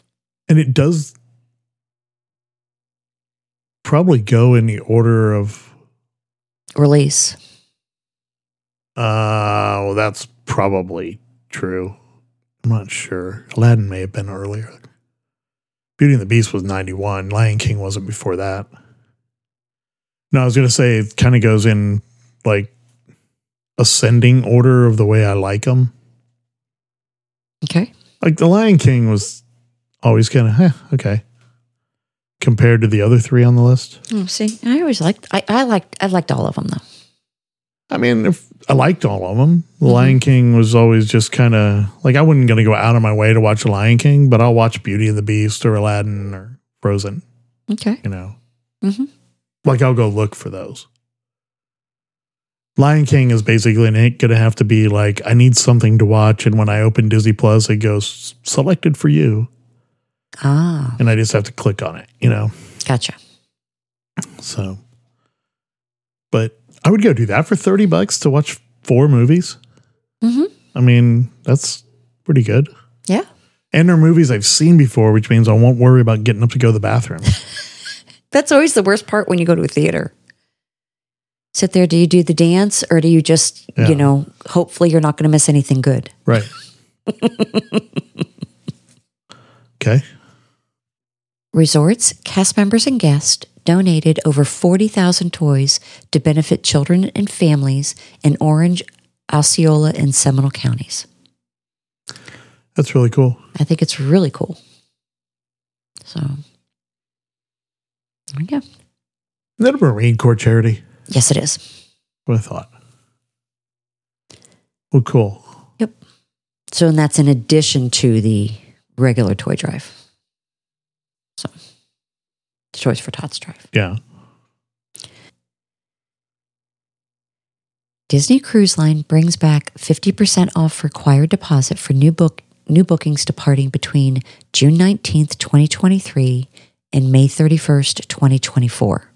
Speaker 2: And it does probably go in the order of
Speaker 1: Release.
Speaker 2: Uh, well, that's probably true. I'm not sure. Aladdin may have been earlier. Beauty and the Beast was 91. Lion King wasn't before that. No, I was going to say it kind of goes in like ascending order of the way I like them.
Speaker 1: Okay.
Speaker 2: Like the Lion King was always kind of, huh, okay. Compared to the other three on the list.
Speaker 1: Oh, see, I always liked I, I liked I liked all of them though.
Speaker 2: I mean, if I liked all of them. The Lion King was always just kind of like I wasn't going to go out of my way to watch The Lion King, but I'll watch Beauty and the Beast or Aladdin or Frozen.
Speaker 1: Okay.
Speaker 2: You know,
Speaker 1: Mm-hmm.
Speaker 2: like I'll go look for those. Lion King is basically going to have to be like I need something to watch, and when I open Disney Plus, it goes selected for you,
Speaker 1: Ah,
Speaker 2: and I just have to click on it. You know,
Speaker 1: gotcha.
Speaker 2: so. But I would go do that for thirty bucks to watch four movies.
Speaker 1: Mm-hmm.
Speaker 2: I mean, that's pretty good.
Speaker 1: Yeah.
Speaker 2: And they're movies I've seen before, which means I won't worry about getting up to go to the bathroom.
Speaker 1: That's always the worst part when you go to a theater. Sit there, do you do the dance or do you just,
Speaker 2: Yeah.
Speaker 1: you know, hopefully you're not gonna miss anything good.
Speaker 2: right. okay.
Speaker 1: Resorts, cast members, and guests donated over 40,000 toys to benefit children and families in Orange Osceola, and Seminole counties.
Speaker 2: That's really cool.
Speaker 1: I think it's really cool. So, there we go.
Speaker 2: Is that a Marine Corps charity?
Speaker 1: Yes, it is.
Speaker 2: What I thought. Well, cool.
Speaker 1: So, and that's in addition to the regular toy drive. So, choice for Tots Drive.
Speaker 2: Yeah.
Speaker 1: Disney Cruise Line brings back 50% off required deposit for new book new bookings departing between June 19th, 2023 and May 31st, 2024.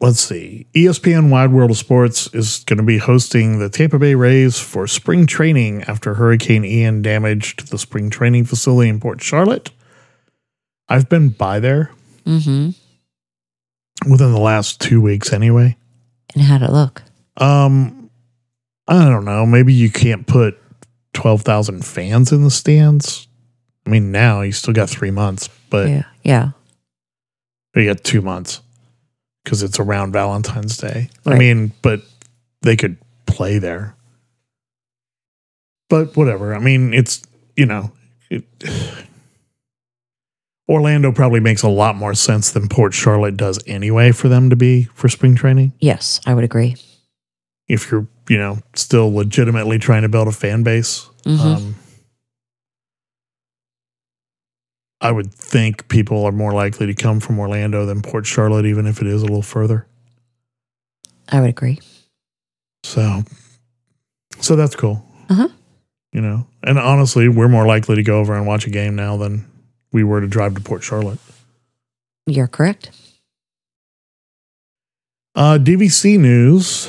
Speaker 2: Let's see. E ESPN Wide World of Sports is going to be hosting the Tampa Bay Rays for spring training after Hurricane Ian damaged the spring training facility in Port Charlotte. I've been by there
Speaker 1: Mhm.
Speaker 2: within the last two weeks anyway.
Speaker 1: And how'd it look?
Speaker 2: Um, I don't know. Maybe you can't put 12,000 fans in the stands. I mean, now you still got three months, but
Speaker 1: yeah. Yeah.
Speaker 2: you got two months because it's around Valentine's Day. I
Speaker 1: Right.
Speaker 2: mean, but they could play there. But whatever. I mean, it's, you know, it, *sighs* Orlando probably makes a lot more sense than Port Charlotte does anyway for them to be for spring training.
Speaker 1: Yes, I would agree.
Speaker 2: if you're you know still legitimately trying to build a fan base
Speaker 1: Mhm.
Speaker 2: um, i would think people are more likely to come from orlando than port charlotte even if it is a little further
Speaker 1: I would agree.
Speaker 2: so so that's cool
Speaker 1: Uh-huh.
Speaker 2: you know and honestly we're more likely to go over and watch a game now than we were to drive to port charlotte
Speaker 1: You're correct.
Speaker 2: Uh, DVC news.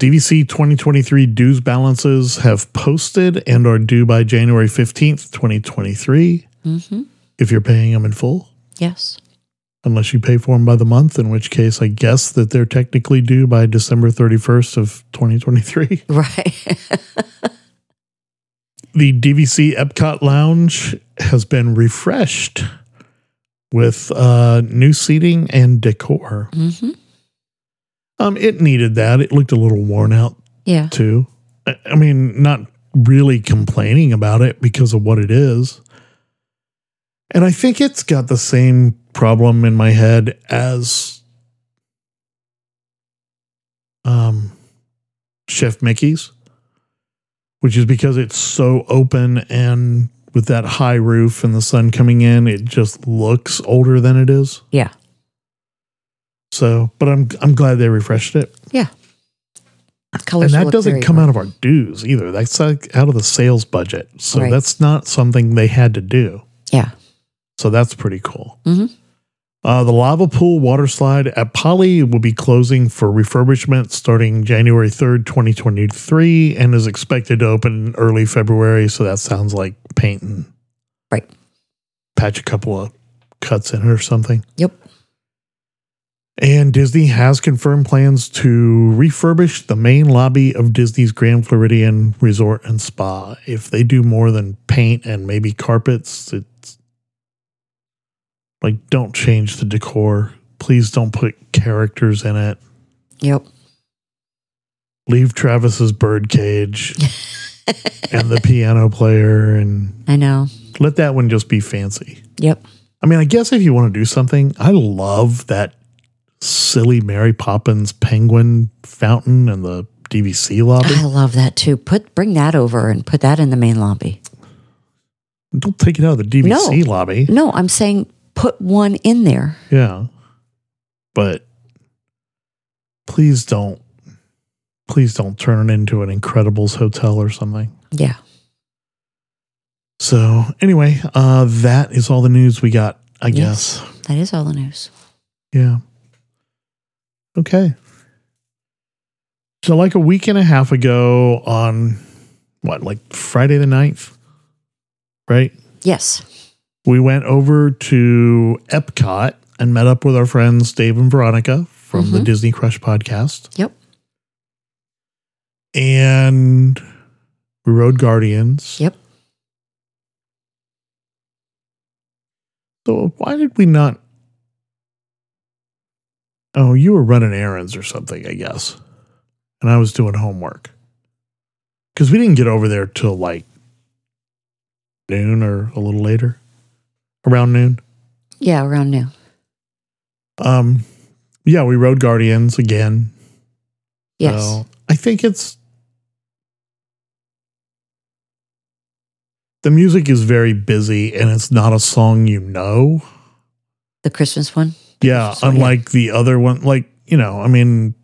Speaker 2: DVC 2023 dues balances have posted and are due by January 15th, 2023,
Speaker 1: Mhm.
Speaker 2: if you're paying them in full,
Speaker 1: Yes. *laughs*
Speaker 2: unless you pay for them by the month, in which case I guess that they're technically due by December 31st of 2023.
Speaker 1: Right.
Speaker 2: *laughs* The DVC Epcot Lounge has been refreshed with uh, new seating and decor.
Speaker 1: mhm.
Speaker 2: Um, it needed that. It looked a little worn out
Speaker 1: Yeah.
Speaker 2: too. I I mean, not really complaining about it because of what it is. And I think it's got the same problem in my head as um, Chef Mickey's, which is because it's so open and with that high roof and the sun coming in, it just looks older than it is.
Speaker 1: Yeah.
Speaker 2: So, but I'm I'm glad they refreshed it
Speaker 1: Colors
Speaker 2: and that
Speaker 1: look
Speaker 2: doesn't
Speaker 1: very
Speaker 2: come out of our dues either. That's like out of the sales budget. So
Speaker 1: Right.
Speaker 2: that's not something they had to do.
Speaker 1: Yeah.
Speaker 2: So that's pretty cool.
Speaker 1: Mhm.
Speaker 2: Uh, the lava pool water slide at Poly will be closing for refurbishment starting January 3rd, 2023, and is expected to open in early February. So that sounds like paint and
Speaker 1: Right.
Speaker 2: patch a couple of cuts in it or something.
Speaker 1: Yep.
Speaker 2: And Disney has confirmed plans to refurbish the main lobby of Disney's Grand Floridian Resort and Spa. If they do more than paint and maybe carpets, it's like don't change the decor. Please don't put characters in it.
Speaker 1: Yep.
Speaker 2: Leave Travis's birdcage and the piano player and
Speaker 1: I know.
Speaker 2: let that one just be fancy.
Speaker 1: Yep.
Speaker 2: I mean, I guess if you want to do something, I love that silly Mary Poppins penguin fountain and the DVC lobby.
Speaker 1: I love that too. Put bring that over and put that in the main lobby.
Speaker 2: Don't take it out of the DVC lobby.
Speaker 1: No, I'm saying put one in there.
Speaker 2: Yeah. But please don't please don't turn it into an Incredibles hotel or something.
Speaker 1: Yeah.
Speaker 2: So, anyway, uh that is all the news we got, I
Speaker 1: Yes.
Speaker 2: guess.
Speaker 1: That is all the news.
Speaker 2: Yeah. Okay. So, like a week and a half ago on what, like Friday the 9th, right?
Speaker 1: Yes.
Speaker 2: We went over to Epcot and met up with our friends Dave and Veronica from the
Speaker 1: Mhm.
Speaker 2: Disney Crush podcast.
Speaker 1: Yep.
Speaker 2: And we rode Guardians.
Speaker 1: Yep.
Speaker 2: So, why did we not? Oh, you were running errands or something, I guess. And I was doing homework. because we didn't get over there till like noon or a little later, around noon.
Speaker 1: Yeah, around noon.
Speaker 2: Um, yeah, we rode Guardians again.
Speaker 1: Yes.
Speaker 2: So, I think it's the music is very busy and it's not a song you know.
Speaker 1: the Christmas one?
Speaker 2: Yeah,
Speaker 1: So, yeah.
Speaker 2: unlike the other one, like, you know, I mean,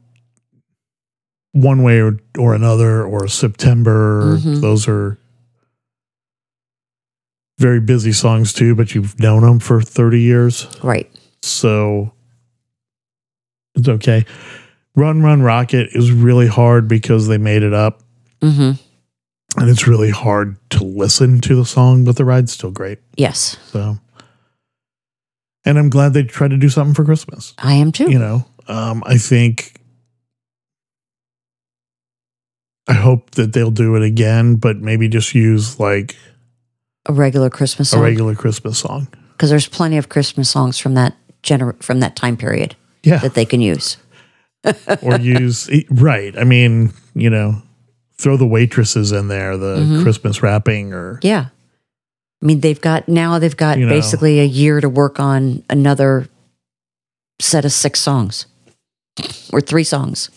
Speaker 2: one way or, or another, or September,
Speaker 1: Mhm.
Speaker 2: those are very busy songs too, but you've known them for 30 years.
Speaker 1: Right.
Speaker 2: So it's okay. Run, Run Rocket is really hard because they made it up
Speaker 1: Mm-hmm.
Speaker 2: and it's really hard to listen to the song, but the ride's still great.
Speaker 1: Yes.
Speaker 2: So, and I'm glad they tried to do something for Christmas.
Speaker 1: I am too.
Speaker 2: you know um i think i hope that they'll do it again but maybe just use like
Speaker 1: A regular Christmas
Speaker 2: a
Speaker 1: song.
Speaker 2: regular christmas song
Speaker 1: Because there's plenty of Christmas songs from that gener- from that time
Speaker 2: *laughs*
Speaker 1: period
Speaker 2: yeah
Speaker 1: that they can use.
Speaker 2: or use e- right i mean you know throw the waitresses in there the
Speaker 1: Mhm.
Speaker 2: christmas wrapping or
Speaker 1: Yeah. I mean, they've got now they've got
Speaker 2: You know.
Speaker 1: basically a year to work on another set of six songs or three songs.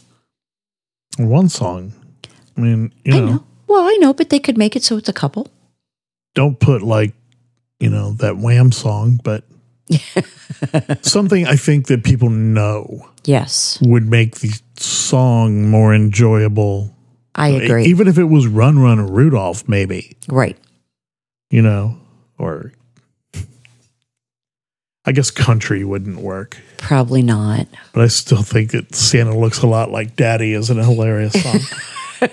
Speaker 2: one song i mean you
Speaker 1: I
Speaker 2: know,
Speaker 1: know. Well, I know, but they could make it so it's a couple.
Speaker 2: don't put like you know that wham song but something i think that people know
Speaker 1: Yes,
Speaker 2: would make the song more enjoyable
Speaker 1: I agree.
Speaker 2: E-, Even if it was Run Run Rudolph, maybe,
Speaker 1: right.
Speaker 2: you know, or I guess country wouldn't work,
Speaker 1: Probably not.
Speaker 2: but I still think that Santa looks a lot like Daddy is an hilarious
Speaker 1: *laughs*
Speaker 2: song.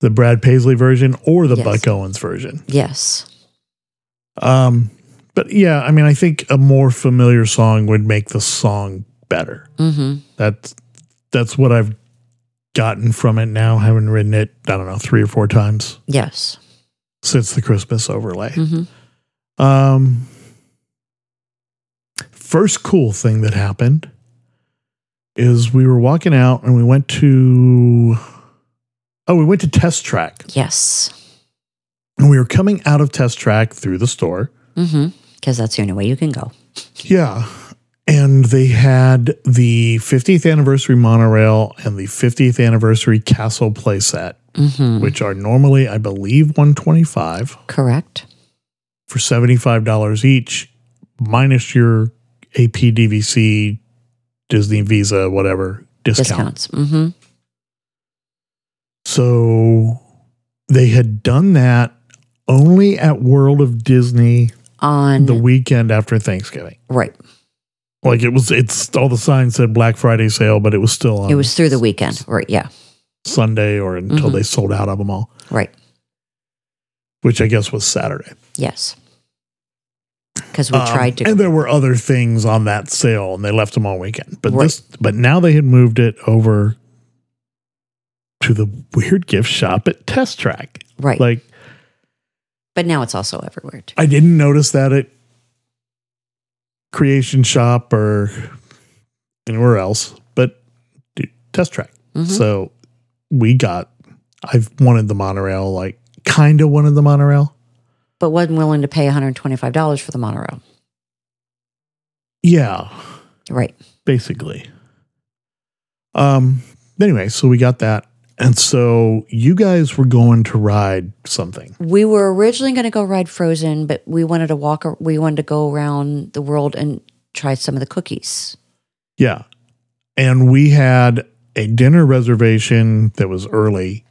Speaker 2: the Brad Paisley version or the
Speaker 1: Yes.
Speaker 2: Buck Owens version.
Speaker 1: Yes.
Speaker 2: Um, but yeah, I mean, I think a more familiar song would make the song better.
Speaker 1: hmm
Speaker 2: that's that's what I've gotten from it now, having written it, I don't know, three or four times
Speaker 1: Yes.
Speaker 2: since the Christmas overlay.
Speaker 1: hmm
Speaker 2: Um first cool thing that happened is we were walking out and we went to oh, we went to test track.
Speaker 1: Yes.
Speaker 2: And we were coming out of test track through the store.
Speaker 1: Because that's the only way you can go.
Speaker 2: Yeah. And they had the 50th anniversary monorail and the 50th anniversary castle playset.
Speaker 1: hmm
Speaker 2: which are normally, I believe, 125
Speaker 1: Correct.
Speaker 2: for $75 each, minus your AP DVC, Disney Visa, whatever discount.
Speaker 1: Discounts. hmm
Speaker 2: So they had done that only at World of Disney
Speaker 1: On
Speaker 2: the weekend after Thanksgiving.
Speaker 1: right.
Speaker 2: Like it was, it's all the signs said Black Friday sale, but it was still on
Speaker 1: It was through the weekend. Right. Yeah.
Speaker 2: Sunday or until
Speaker 1: Mhm.
Speaker 2: they sold out of them all,
Speaker 1: Right.
Speaker 2: which I guess was Saturday.
Speaker 1: Yes. Because we
Speaker 2: Um,
Speaker 1: tried to.
Speaker 2: And there were other things on that sale, and they left them all weekend. But
Speaker 1: Right.
Speaker 2: this, but now they had moved it over to the weird gift shop at Test Track.
Speaker 1: right.
Speaker 2: Like
Speaker 1: but now it's also everywhere. Too.
Speaker 2: I didn't notice that at Creation Shop or anywhere else, but dude, Test Track.
Speaker 1: Mhm.
Speaker 2: So we got. I've wanted the monorail, like kind of wanted the monorail.
Speaker 1: but wasn't willing to pay $125 for the monorail.
Speaker 2: Yeah,
Speaker 1: Right.
Speaker 2: basically. Um. Anyway, so we got that, and so you guys were going to ride something.
Speaker 1: We were originally going to go ride Frozen, but we wanted to walk, ar- we wanted to go around the world and try some of the cookies.
Speaker 2: Yeah, and we had a dinner reservation that was early.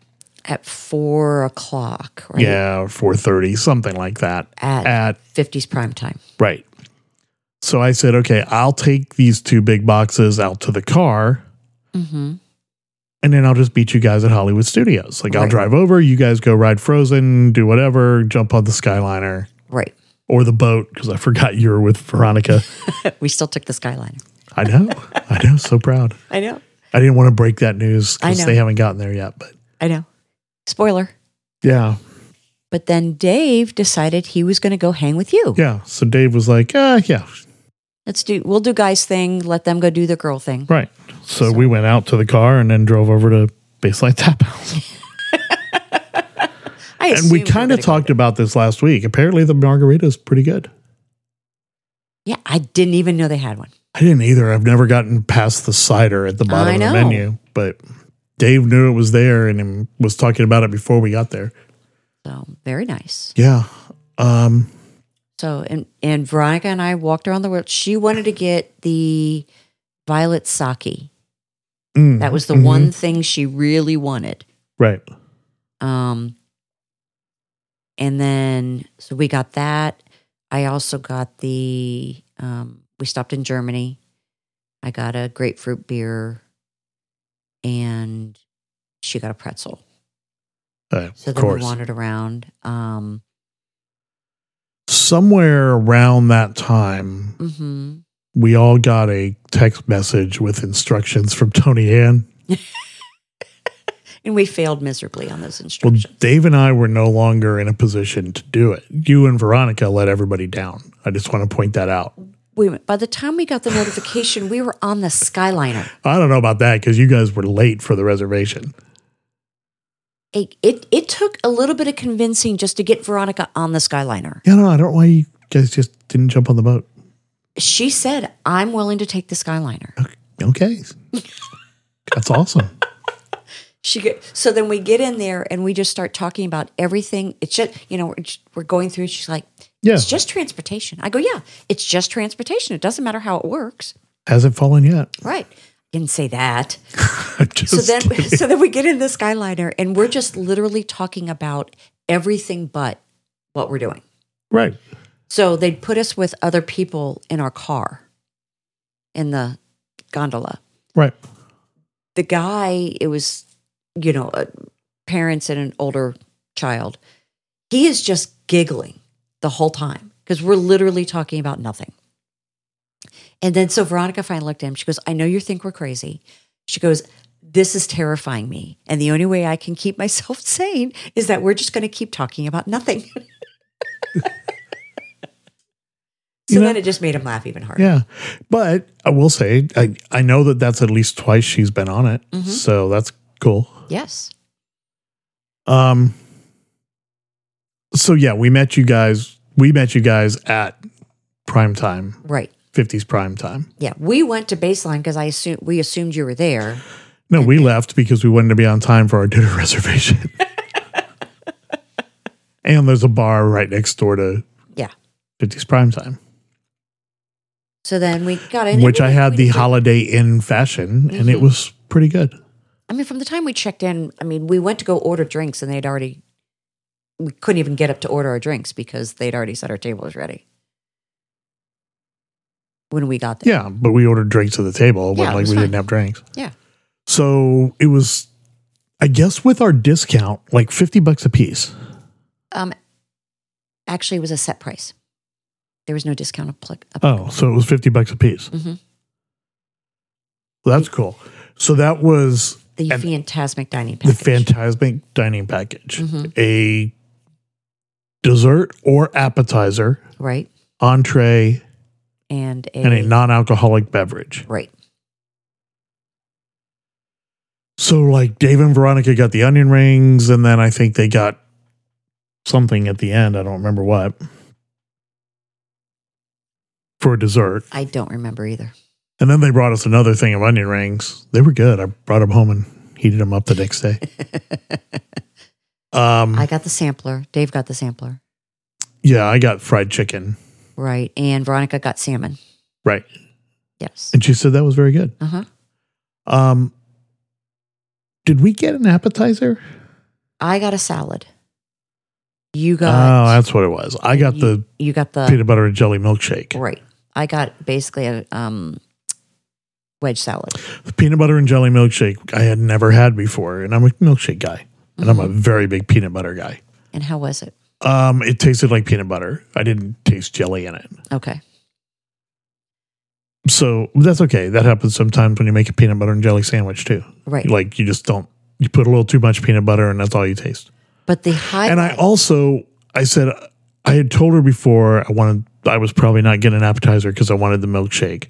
Speaker 1: at four o'clock, right?
Speaker 2: Yeah, four thirty, something like that.
Speaker 1: At,
Speaker 2: At
Speaker 1: 50s prime time.
Speaker 2: right. So I said, okay, I'll take these two big boxes out to the car,
Speaker 1: Mm-hmm.
Speaker 2: and then I'll just beat you guys at Hollywood Studios. Like I'll
Speaker 1: Right.
Speaker 2: drive over, you guys go ride Frozen, do whatever, jump on the Skyliner.
Speaker 1: Right. *laughs*
Speaker 2: or the boat because I forgot you were with Veronica.
Speaker 1: We still took the Skyliner.
Speaker 2: I know, I know, so proud.
Speaker 1: I know.
Speaker 2: I didn't want to break that news
Speaker 1: I
Speaker 2: because
Speaker 1: know.
Speaker 2: they haven't gotten there yet. But
Speaker 1: I know. Spoiler.
Speaker 2: yeah,
Speaker 1: But then Dave decided he was going to go hang with you.
Speaker 2: yeah. So Dave was like, uh, yeah,
Speaker 1: Let's do, we'll do guys' thing, let them go do the girl thing.
Speaker 2: right. So we went out to the car and then drove over to Baseline
Speaker 1: *laughs*
Speaker 2: Tap House.
Speaker 1: I
Speaker 2: And we
Speaker 1: assumed were
Speaker 2: kind of
Speaker 1: gonna go
Speaker 2: talked
Speaker 1: there.
Speaker 2: about this last week. Apparently, the margarita is pretty good.
Speaker 1: Yeah, I didn't even know they had one.
Speaker 2: I didn't either. I've never gotten past the cider at the bottom
Speaker 1: I know.
Speaker 2: of the menu, but Dave knew it was there and him- was talking about it before we got there.
Speaker 1: So very nice.
Speaker 2: Yeah. Um,
Speaker 1: So and and Veronica and I walked around the world. She wanted to get the violet sake.
Speaker 2: mm,
Speaker 1: That was the
Speaker 2: mhm.
Speaker 1: one thing she really wanted.
Speaker 2: Right.
Speaker 1: Um, and then so we got that. I also got the. Um, we stopped in Germany. I got a grapefruit beer, and she got a pretzel.
Speaker 2: Uh,
Speaker 1: So then
Speaker 2: of
Speaker 1: we
Speaker 2: course.
Speaker 1: wandered around. Um,
Speaker 2: Somewhere around that time,
Speaker 1: hmm
Speaker 2: we all got a text message with instructions from Tony Ann.
Speaker 1: And we failed miserably on those
Speaker 2: Well,
Speaker 1: instructions.
Speaker 2: Dave and I were no longer in a position to do it. You and Veronica let everybody down. I just want to point that out.
Speaker 1: Wait a minute. By the time we got the notification, we were on the Skyliner.
Speaker 2: I don't know about that because you guys were late for the reservation.
Speaker 1: It, it it took a little bit of convincing just to get Veronica on the Skyliner.
Speaker 2: Yeah, no, I don't know why you guys just didn't jump on the boat.
Speaker 1: She said, "I'm willing to take the Skyliner."
Speaker 2: *laughs* Okay. That's awesome.
Speaker 1: She get, so then we get in there and we just start talking about everything. It's just you know we're, just- we're going through. She's like,
Speaker 2: Yeah.
Speaker 1: "It's just transportation." I go, "Yeah, it's just transportation. It doesn't matter how it works."
Speaker 2: Hasn't fallen yet.
Speaker 1: Right? Didn't say that.
Speaker 2: *laughs* Just
Speaker 1: So then
Speaker 2: kidding.
Speaker 1: *laughs* so then we get in the Skyliner and we're just literally talking about everything but what we're doing.
Speaker 2: *laughs* right.
Speaker 1: So they'd put us with other people in our car in the gondola.
Speaker 2: Right.
Speaker 1: the guy it was you know uh, parents and an older child he is just giggling the whole time because we're literally talking about nothing and then so veronica finally looked at him she goes i know you think we're crazy she goes this is terrifying me and the only way i can keep myself *laughs* sane is that we're just going to keep talking about nothing *laughs*
Speaker 2: *laughs*
Speaker 1: so
Speaker 2: You know-
Speaker 1: then it just made him laugh even harder
Speaker 2: Yeah. But I will say, I, I know that that's at least twice she's been on it.
Speaker 1: Mhm.
Speaker 2: So that's cool.
Speaker 1: yes
Speaker 2: Um. So yeah, we met you guys. We met you guys at prime time,
Speaker 1: right
Speaker 2: fifties prime time.
Speaker 1: yeah we went to baseline because i assume we assumed you were there
Speaker 2: No, we left because we wanted to be on time for our dinner *laughs* reservation. and there's a bar right next door to
Speaker 1: Yeah.
Speaker 2: fifties prime time,
Speaker 1: So then we got in,
Speaker 2: which I had the
Speaker 1: holiday.
Speaker 2: Holiday Inn fashion, and it was pretty good.
Speaker 1: I mean, from the time we checked in, I mean, we went to go order drinks, and they'd already. We couldn't even get up to order our drinks because they'd already said our table was ready when we got there.
Speaker 2: Yeah, but we ordered drinks at the table. It
Speaker 1: Yeah, it
Speaker 2: wasn't like
Speaker 1: was
Speaker 2: we
Speaker 1: fine.
Speaker 2: didn't have drinks.
Speaker 1: Yeah.
Speaker 2: So it was, I guess, with our discount, like fifty bucks a piece.
Speaker 1: Um, actually, it was a set price. There was no discount applic- applicable.
Speaker 2: Oh, so it was 50 bucks a piece.
Speaker 1: Mhm.
Speaker 2: Well, that's cool. So that was
Speaker 1: the
Speaker 2: and-
Speaker 1: Fantasmic dining package.
Speaker 2: the Phantasmic dining package.
Speaker 1: Mhm.
Speaker 2: A dessert or appetizer,
Speaker 1: right
Speaker 2: entree,
Speaker 1: and a,
Speaker 2: and a non-alcoholic beverage.
Speaker 1: right.
Speaker 2: So like Dave and Veronica got the onion rings and then I think they got something at the end, I don't remember what. For dessert.
Speaker 1: I don't remember either. *laughs*
Speaker 2: And then they brought us another thing of onion rings. They were good. I brought them home and heated them up the next day. Um,
Speaker 1: I got the sampler. Dave got the sampler.
Speaker 2: yeah, I got fried chicken.
Speaker 1: Right, and Veronica got salmon.
Speaker 2: Right.
Speaker 1: Yes.
Speaker 2: And she said that was very good.
Speaker 1: Uh huh.
Speaker 2: Um, did we get an appetizer?
Speaker 1: I got a salad. You
Speaker 2: Oh,
Speaker 1: got
Speaker 2: that's what it was. I got the
Speaker 1: you got the
Speaker 2: peanut butter and jelly milkshake.
Speaker 1: right. I got basically a um, wedge salad.
Speaker 2: The peanut butter and jelly milkshake I had never had before. And I'm a milkshake guy. And I'm a very big peanut butter guy.
Speaker 1: Mm-hmm. And how was it?
Speaker 2: Um, it tasted like peanut butter. I didn't taste jelly in it.
Speaker 1: Okay.
Speaker 2: So that's okay. That happens sometimes when you make a peanut butter and jelly sandwich too.
Speaker 1: Right.
Speaker 2: Like you just don't you put a little too much peanut butter and that's all you taste.
Speaker 1: but the high
Speaker 2: and I also I said I had told her before I wanted I was probably not getting an appetizer because I wanted the milkshake.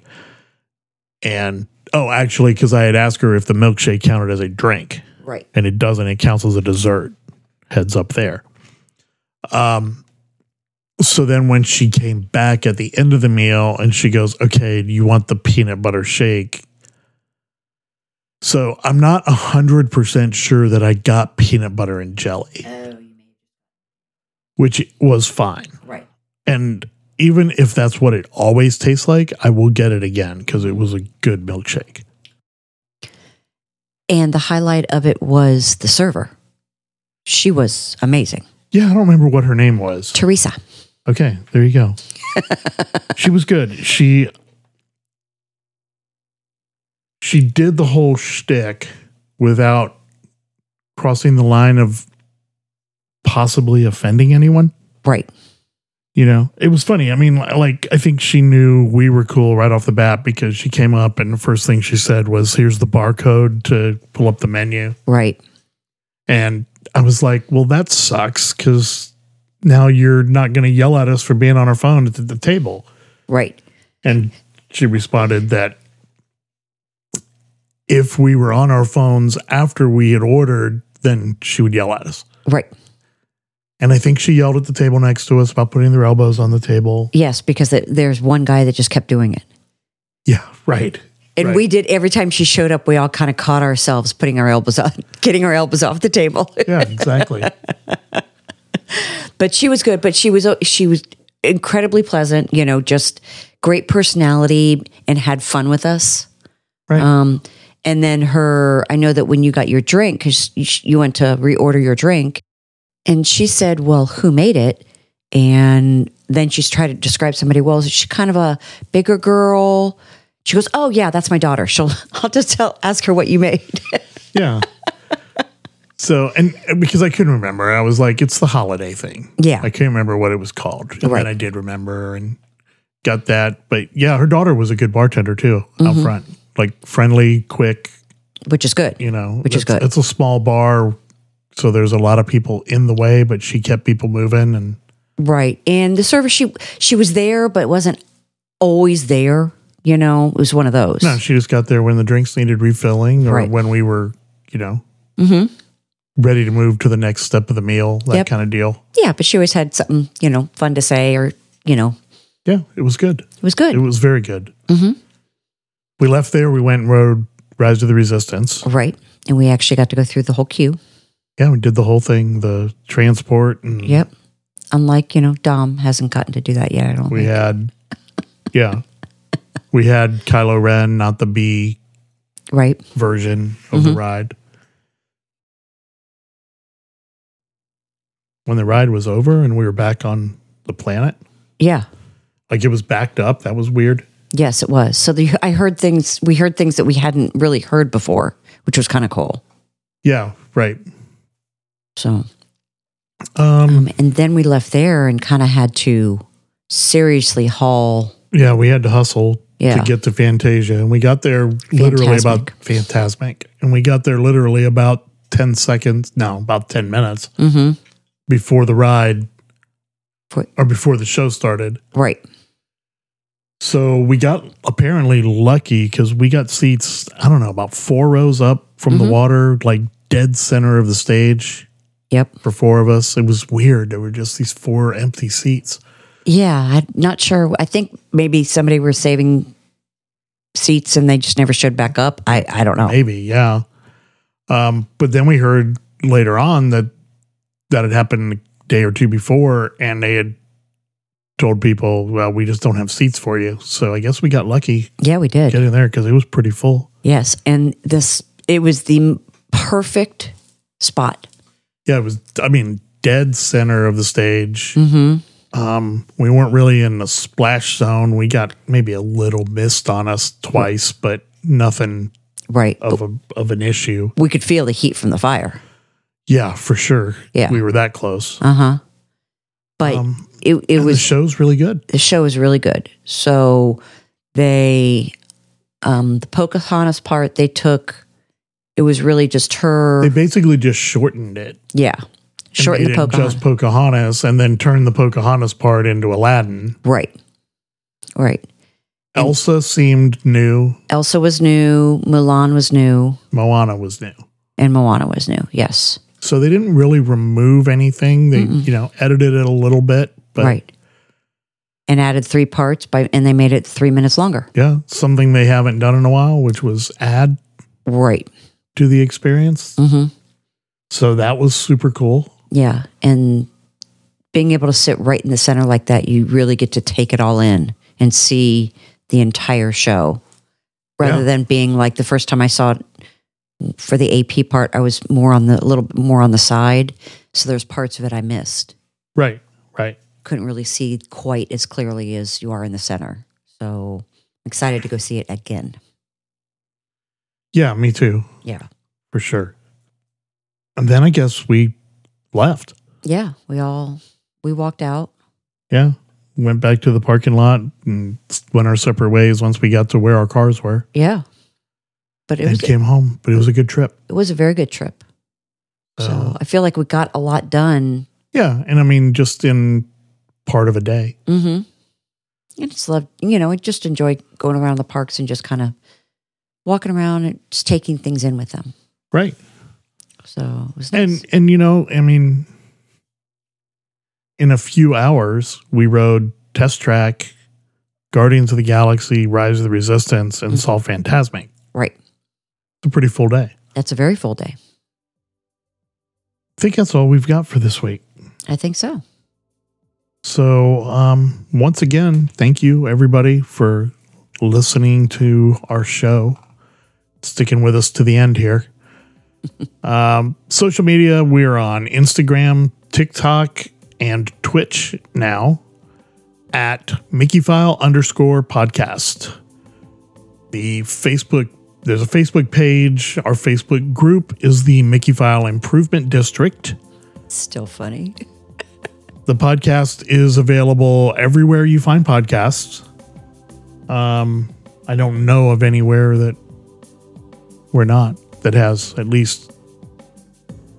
Speaker 2: And oh, actually, because I had asked her if the milkshake counted as a drink,
Speaker 1: Right.
Speaker 2: and it doesn't. It counts as a dessert. Heads up there. Um. So then, when she came back at the end of the meal, and she goes, "Okay, you want the peanut butter shake?" So I'm not hundred percent sure that I got peanut butter and jelly,
Speaker 1: Oh, you mean
Speaker 2: which was fine.
Speaker 1: right.
Speaker 2: And even if that's what it always tastes like, I will get it again because it was a good milkshake.
Speaker 1: And the highlight of it was the server. She was amazing.
Speaker 2: Yeah, I don't remember what her name was.
Speaker 1: Teresa.
Speaker 2: Okay, there you go. she was good. She she did the whole shtick without crossing the line of possibly offending anyone.
Speaker 1: Right.
Speaker 2: You know, it was funny. I mean, li- like, I think she knew we were cool right off the bat because she came up and the first thing she said was, Here's the barcode to pull up the menu.
Speaker 1: Right.
Speaker 2: And I was like, Well, that sucks because now you're not going to yell at us for being on our phone at the, the table.
Speaker 1: Right.
Speaker 2: And she responded that if we were on our phones after we had ordered, then she would yell at us.
Speaker 1: Right.
Speaker 2: And I think she yelled at the table next to us about putting their elbows on the table.
Speaker 1: Yes, because th- there's one guy that just kept doing it.
Speaker 2: Yeah, right.
Speaker 1: And
Speaker 2: Right.
Speaker 1: we did every time she showed up, we all kind of caught ourselves putting our elbows on, *laughs* getting our elbows off the table.
Speaker 2: Yeah, *laughs* exactly.
Speaker 1: but she was good. But she was she was incredibly pleasant. You know, just great personality and had fun with us.
Speaker 2: Right.
Speaker 1: Um, and then her, I know that when you got your drink, because you went to reorder your drink, and she said, "Well, who made it?" And then she's tried to describe somebody. Well, she's kind of a bigger girl. She goes, "Oh yeah, that's my daughter." *laughs* She'll, I'll just tell, ask her what you made.
Speaker 2: yeah. So, and and because I couldn't remember, I was like, it's the holiday thing.
Speaker 1: Yeah.
Speaker 2: I can't remember what it was called. And
Speaker 1: Right.
Speaker 2: then I did remember and got that. But yeah, her daughter was a good bartender too, out
Speaker 1: Mm-hmm.
Speaker 2: front. Like friendly, quick,
Speaker 1: which is good.
Speaker 2: you know.
Speaker 1: Which is
Speaker 2: it's-
Speaker 1: good.
Speaker 2: It's a small bar. So there's a lot of people in the way, but she kept people moving. And
Speaker 1: Right. And the service she she was there but wasn't always there, you know. It was one of those.
Speaker 2: no, she just got there when the drinks needed refilling or
Speaker 1: Right.
Speaker 2: when we were, you know,
Speaker 1: Mhm.
Speaker 2: ready to move to the next step of the meal, that
Speaker 1: Yep.
Speaker 2: kind of deal.
Speaker 1: Yeah, but she always had something, you know, fun to say or, you know,
Speaker 2: Yeah, it was good.
Speaker 1: it was good.
Speaker 2: It was very good.
Speaker 1: Mhm.
Speaker 2: We left there. We went and rode Rise of the Resistance.
Speaker 1: right. And we actually got to go through the whole queue.
Speaker 2: Yeah, we did the whole thing, the transport, and
Speaker 1: Yep. Unlike, you know, Dom hasn't gotten to do that yet, I don't
Speaker 2: we
Speaker 1: think.
Speaker 2: had, yeah, we had Kylo Ren, not the B
Speaker 1: Right.
Speaker 2: version of the ride. When the ride was over and we were back on the planet,
Speaker 1: Yeah.
Speaker 2: like it was backed up. That was weird.
Speaker 1: Yes, it was. So the, I heard things we heard things that we hadn't really heard before, which was kind of cool.
Speaker 2: Yeah, right.
Speaker 1: So
Speaker 2: Um,
Speaker 1: um, and then we left there and kind of had to seriously haul
Speaker 2: Yeah, we had to hustle
Speaker 1: Yeah.
Speaker 2: to get to Fantasia, and we got there literally about Fantasmic, and we got there literally about ten seconds. No, about ten minutes
Speaker 1: hmm
Speaker 2: before the ride,
Speaker 1: For-
Speaker 2: or before the show started.
Speaker 1: Right.
Speaker 2: So we got apparently lucky because we got seats. I don't know about four rows up from the water, like dead center of the stage
Speaker 1: Yep.
Speaker 2: for four of us. It was weird. There were just these four empty seats.
Speaker 1: Yeah, I'm not sure. I think maybe somebody were saving seats and they just never showed back up. I, I don't know.
Speaker 2: Maybe, yeah. Um, but then we heard later on that that had happened a day or two before, and they had told people, "Well, we just don't have seats for you." So I guess we got lucky
Speaker 1: Yeah, we did.
Speaker 2: getting there because it was pretty full.
Speaker 1: Yes, and this it was the m- perfect spot.
Speaker 2: Yeah, it was. I mean, dead center of the stage.
Speaker 1: Mm-hmm.
Speaker 2: Um, we weren't really in the splash zone. We got maybe a little mist on us twice, but nothing
Speaker 1: Right.
Speaker 2: of a of an issue.
Speaker 1: we could feel the heat from the fire.
Speaker 2: Yeah, for sure.
Speaker 1: Yeah.
Speaker 2: we were that close.
Speaker 1: Uh huh. But
Speaker 2: Um,
Speaker 1: it it
Speaker 2: and the
Speaker 1: was
Speaker 2: show's really good.
Speaker 1: the show was really good. So they um the Pocahontas part they took. It was really just her.
Speaker 2: They basically just shortened it. and
Speaker 1: yeah, shorten
Speaker 2: made
Speaker 1: the
Speaker 2: it
Speaker 1: Pocahontas.
Speaker 2: Just Pocahontas, and then turned the Pocahontas part into Aladdin.
Speaker 1: Right. Right.
Speaker 2: Elsa seemed new.
Speaker 1: Elsa was new, Mulan was new,
Speaker 2: Moana was new.
Speaker 1: and Moana was new. Yes.
Speaker 2: So they didn't really remove anything. They,
Speaker 1: Mm-mm.
Speaker 2: you know, edited it a little bit, but
Speaker 1: right. And added three parts by and they made it 3 minutes longer.
Speaker 2: yeah, something they haven't done in a while, which was add
Speaker 1: Right.
Speaker 2: to the experience.
Speaker 1: Mhm.
Speaker 2: So that was super cool.
Speaker 1: Yeah, and being able to sit right in the center like that, you really get to take it all in and see the entire show rather
Speaker 2: Yeah.
Speaker 1: than being like the first time I saw it for the AP part, I was more on the a little bit more on the side, so there's parts of it I missed.
Speaker 2: Right. Right.
Speaker 1: Couldn't really see quite as clearly as you are in the center. So excited to go see it again.
Speaker 2: Yeah, me too,
Speaker 1: Yeah.
Speaker 2: for sure. And then I guess we left.
Speaker 1: Yeah, we all we walked out.
Speaker 2: Yeah. Went back to the parking lot and went our separate ways once we got to where our cars were
Speaker 1: Yeah. But it
Speaker 2: and
Speaker 1: was
Speaker 2: came home. But it was a good trip.
Speaker 1: it was a very good trip. So
Speaker 2: So-
Speaker 1: I feel like we got a lot done.
Speaker 2: Yeah. And I mean, just in part of a day.
Speaker 1: Mm-hmm. I just loved, you know, I just enjoy going around the parks and just kind of walking around and just taking things in with them.
Speaker 2: Right.
Speaker 1: So it was nice.
Speaker 2: And and you know, I mean, in a few hours, we rode Test Track, Guardians of the Galaxy, Rise of the Resistance, and saw Fantasmic.
Speaker 1: right.
Speaker 2: It's a pretty full day.
Speaker 1: That's a very full day.
Speaker 2: I think that's all we've got for this week.
Speaker 1: I think so.
Speaker 2: So, um, once again, thank you everybody for listening to our show, sticking with us to the end here. um, social media, we're on Instagram, TikTok, and Twitch now at MickeyFile underscore podcast. The Facebook, there's a Facebook page. Our Facebook group is the Mickey File Improvement District.
Speaker 1: Still funny.
Speaker 2: The podcast is available everywhere you find podcasts. Um, I don't know of anywhere that we're not that has at least,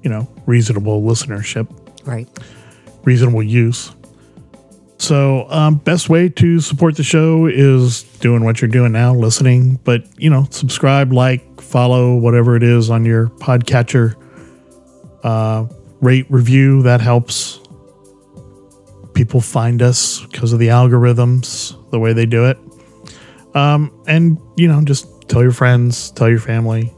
Speaker 2: you know, reasonable listenership,
Speaker 1: Right.
Speaker 2: reasonable use. So, um, best way to support the show is doing what you're doing now, listening. But you know, subscribe, like, follow, whatever it is on your podcatcher. Uh, rate, review that helps people find us because of the algorithms, the way they do it. Um, and you know, just tell your friends, tell your family.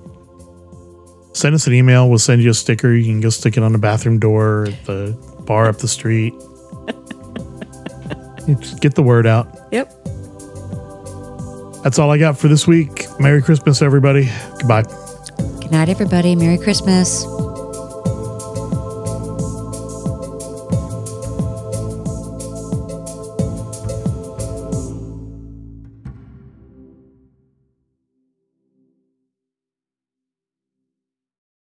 Speaker 2: Send us an email. We'll send you a sticker. You can go stick it on the bathroom door, at the bar up the street. *laughs* You just get the word out.
Speaker 1: Yep.
Speaker 2: That's all I got for this week. Merry Christmas, everybody. Goodbye.
Speaker 1: Good night, everybody. Merry Christmas.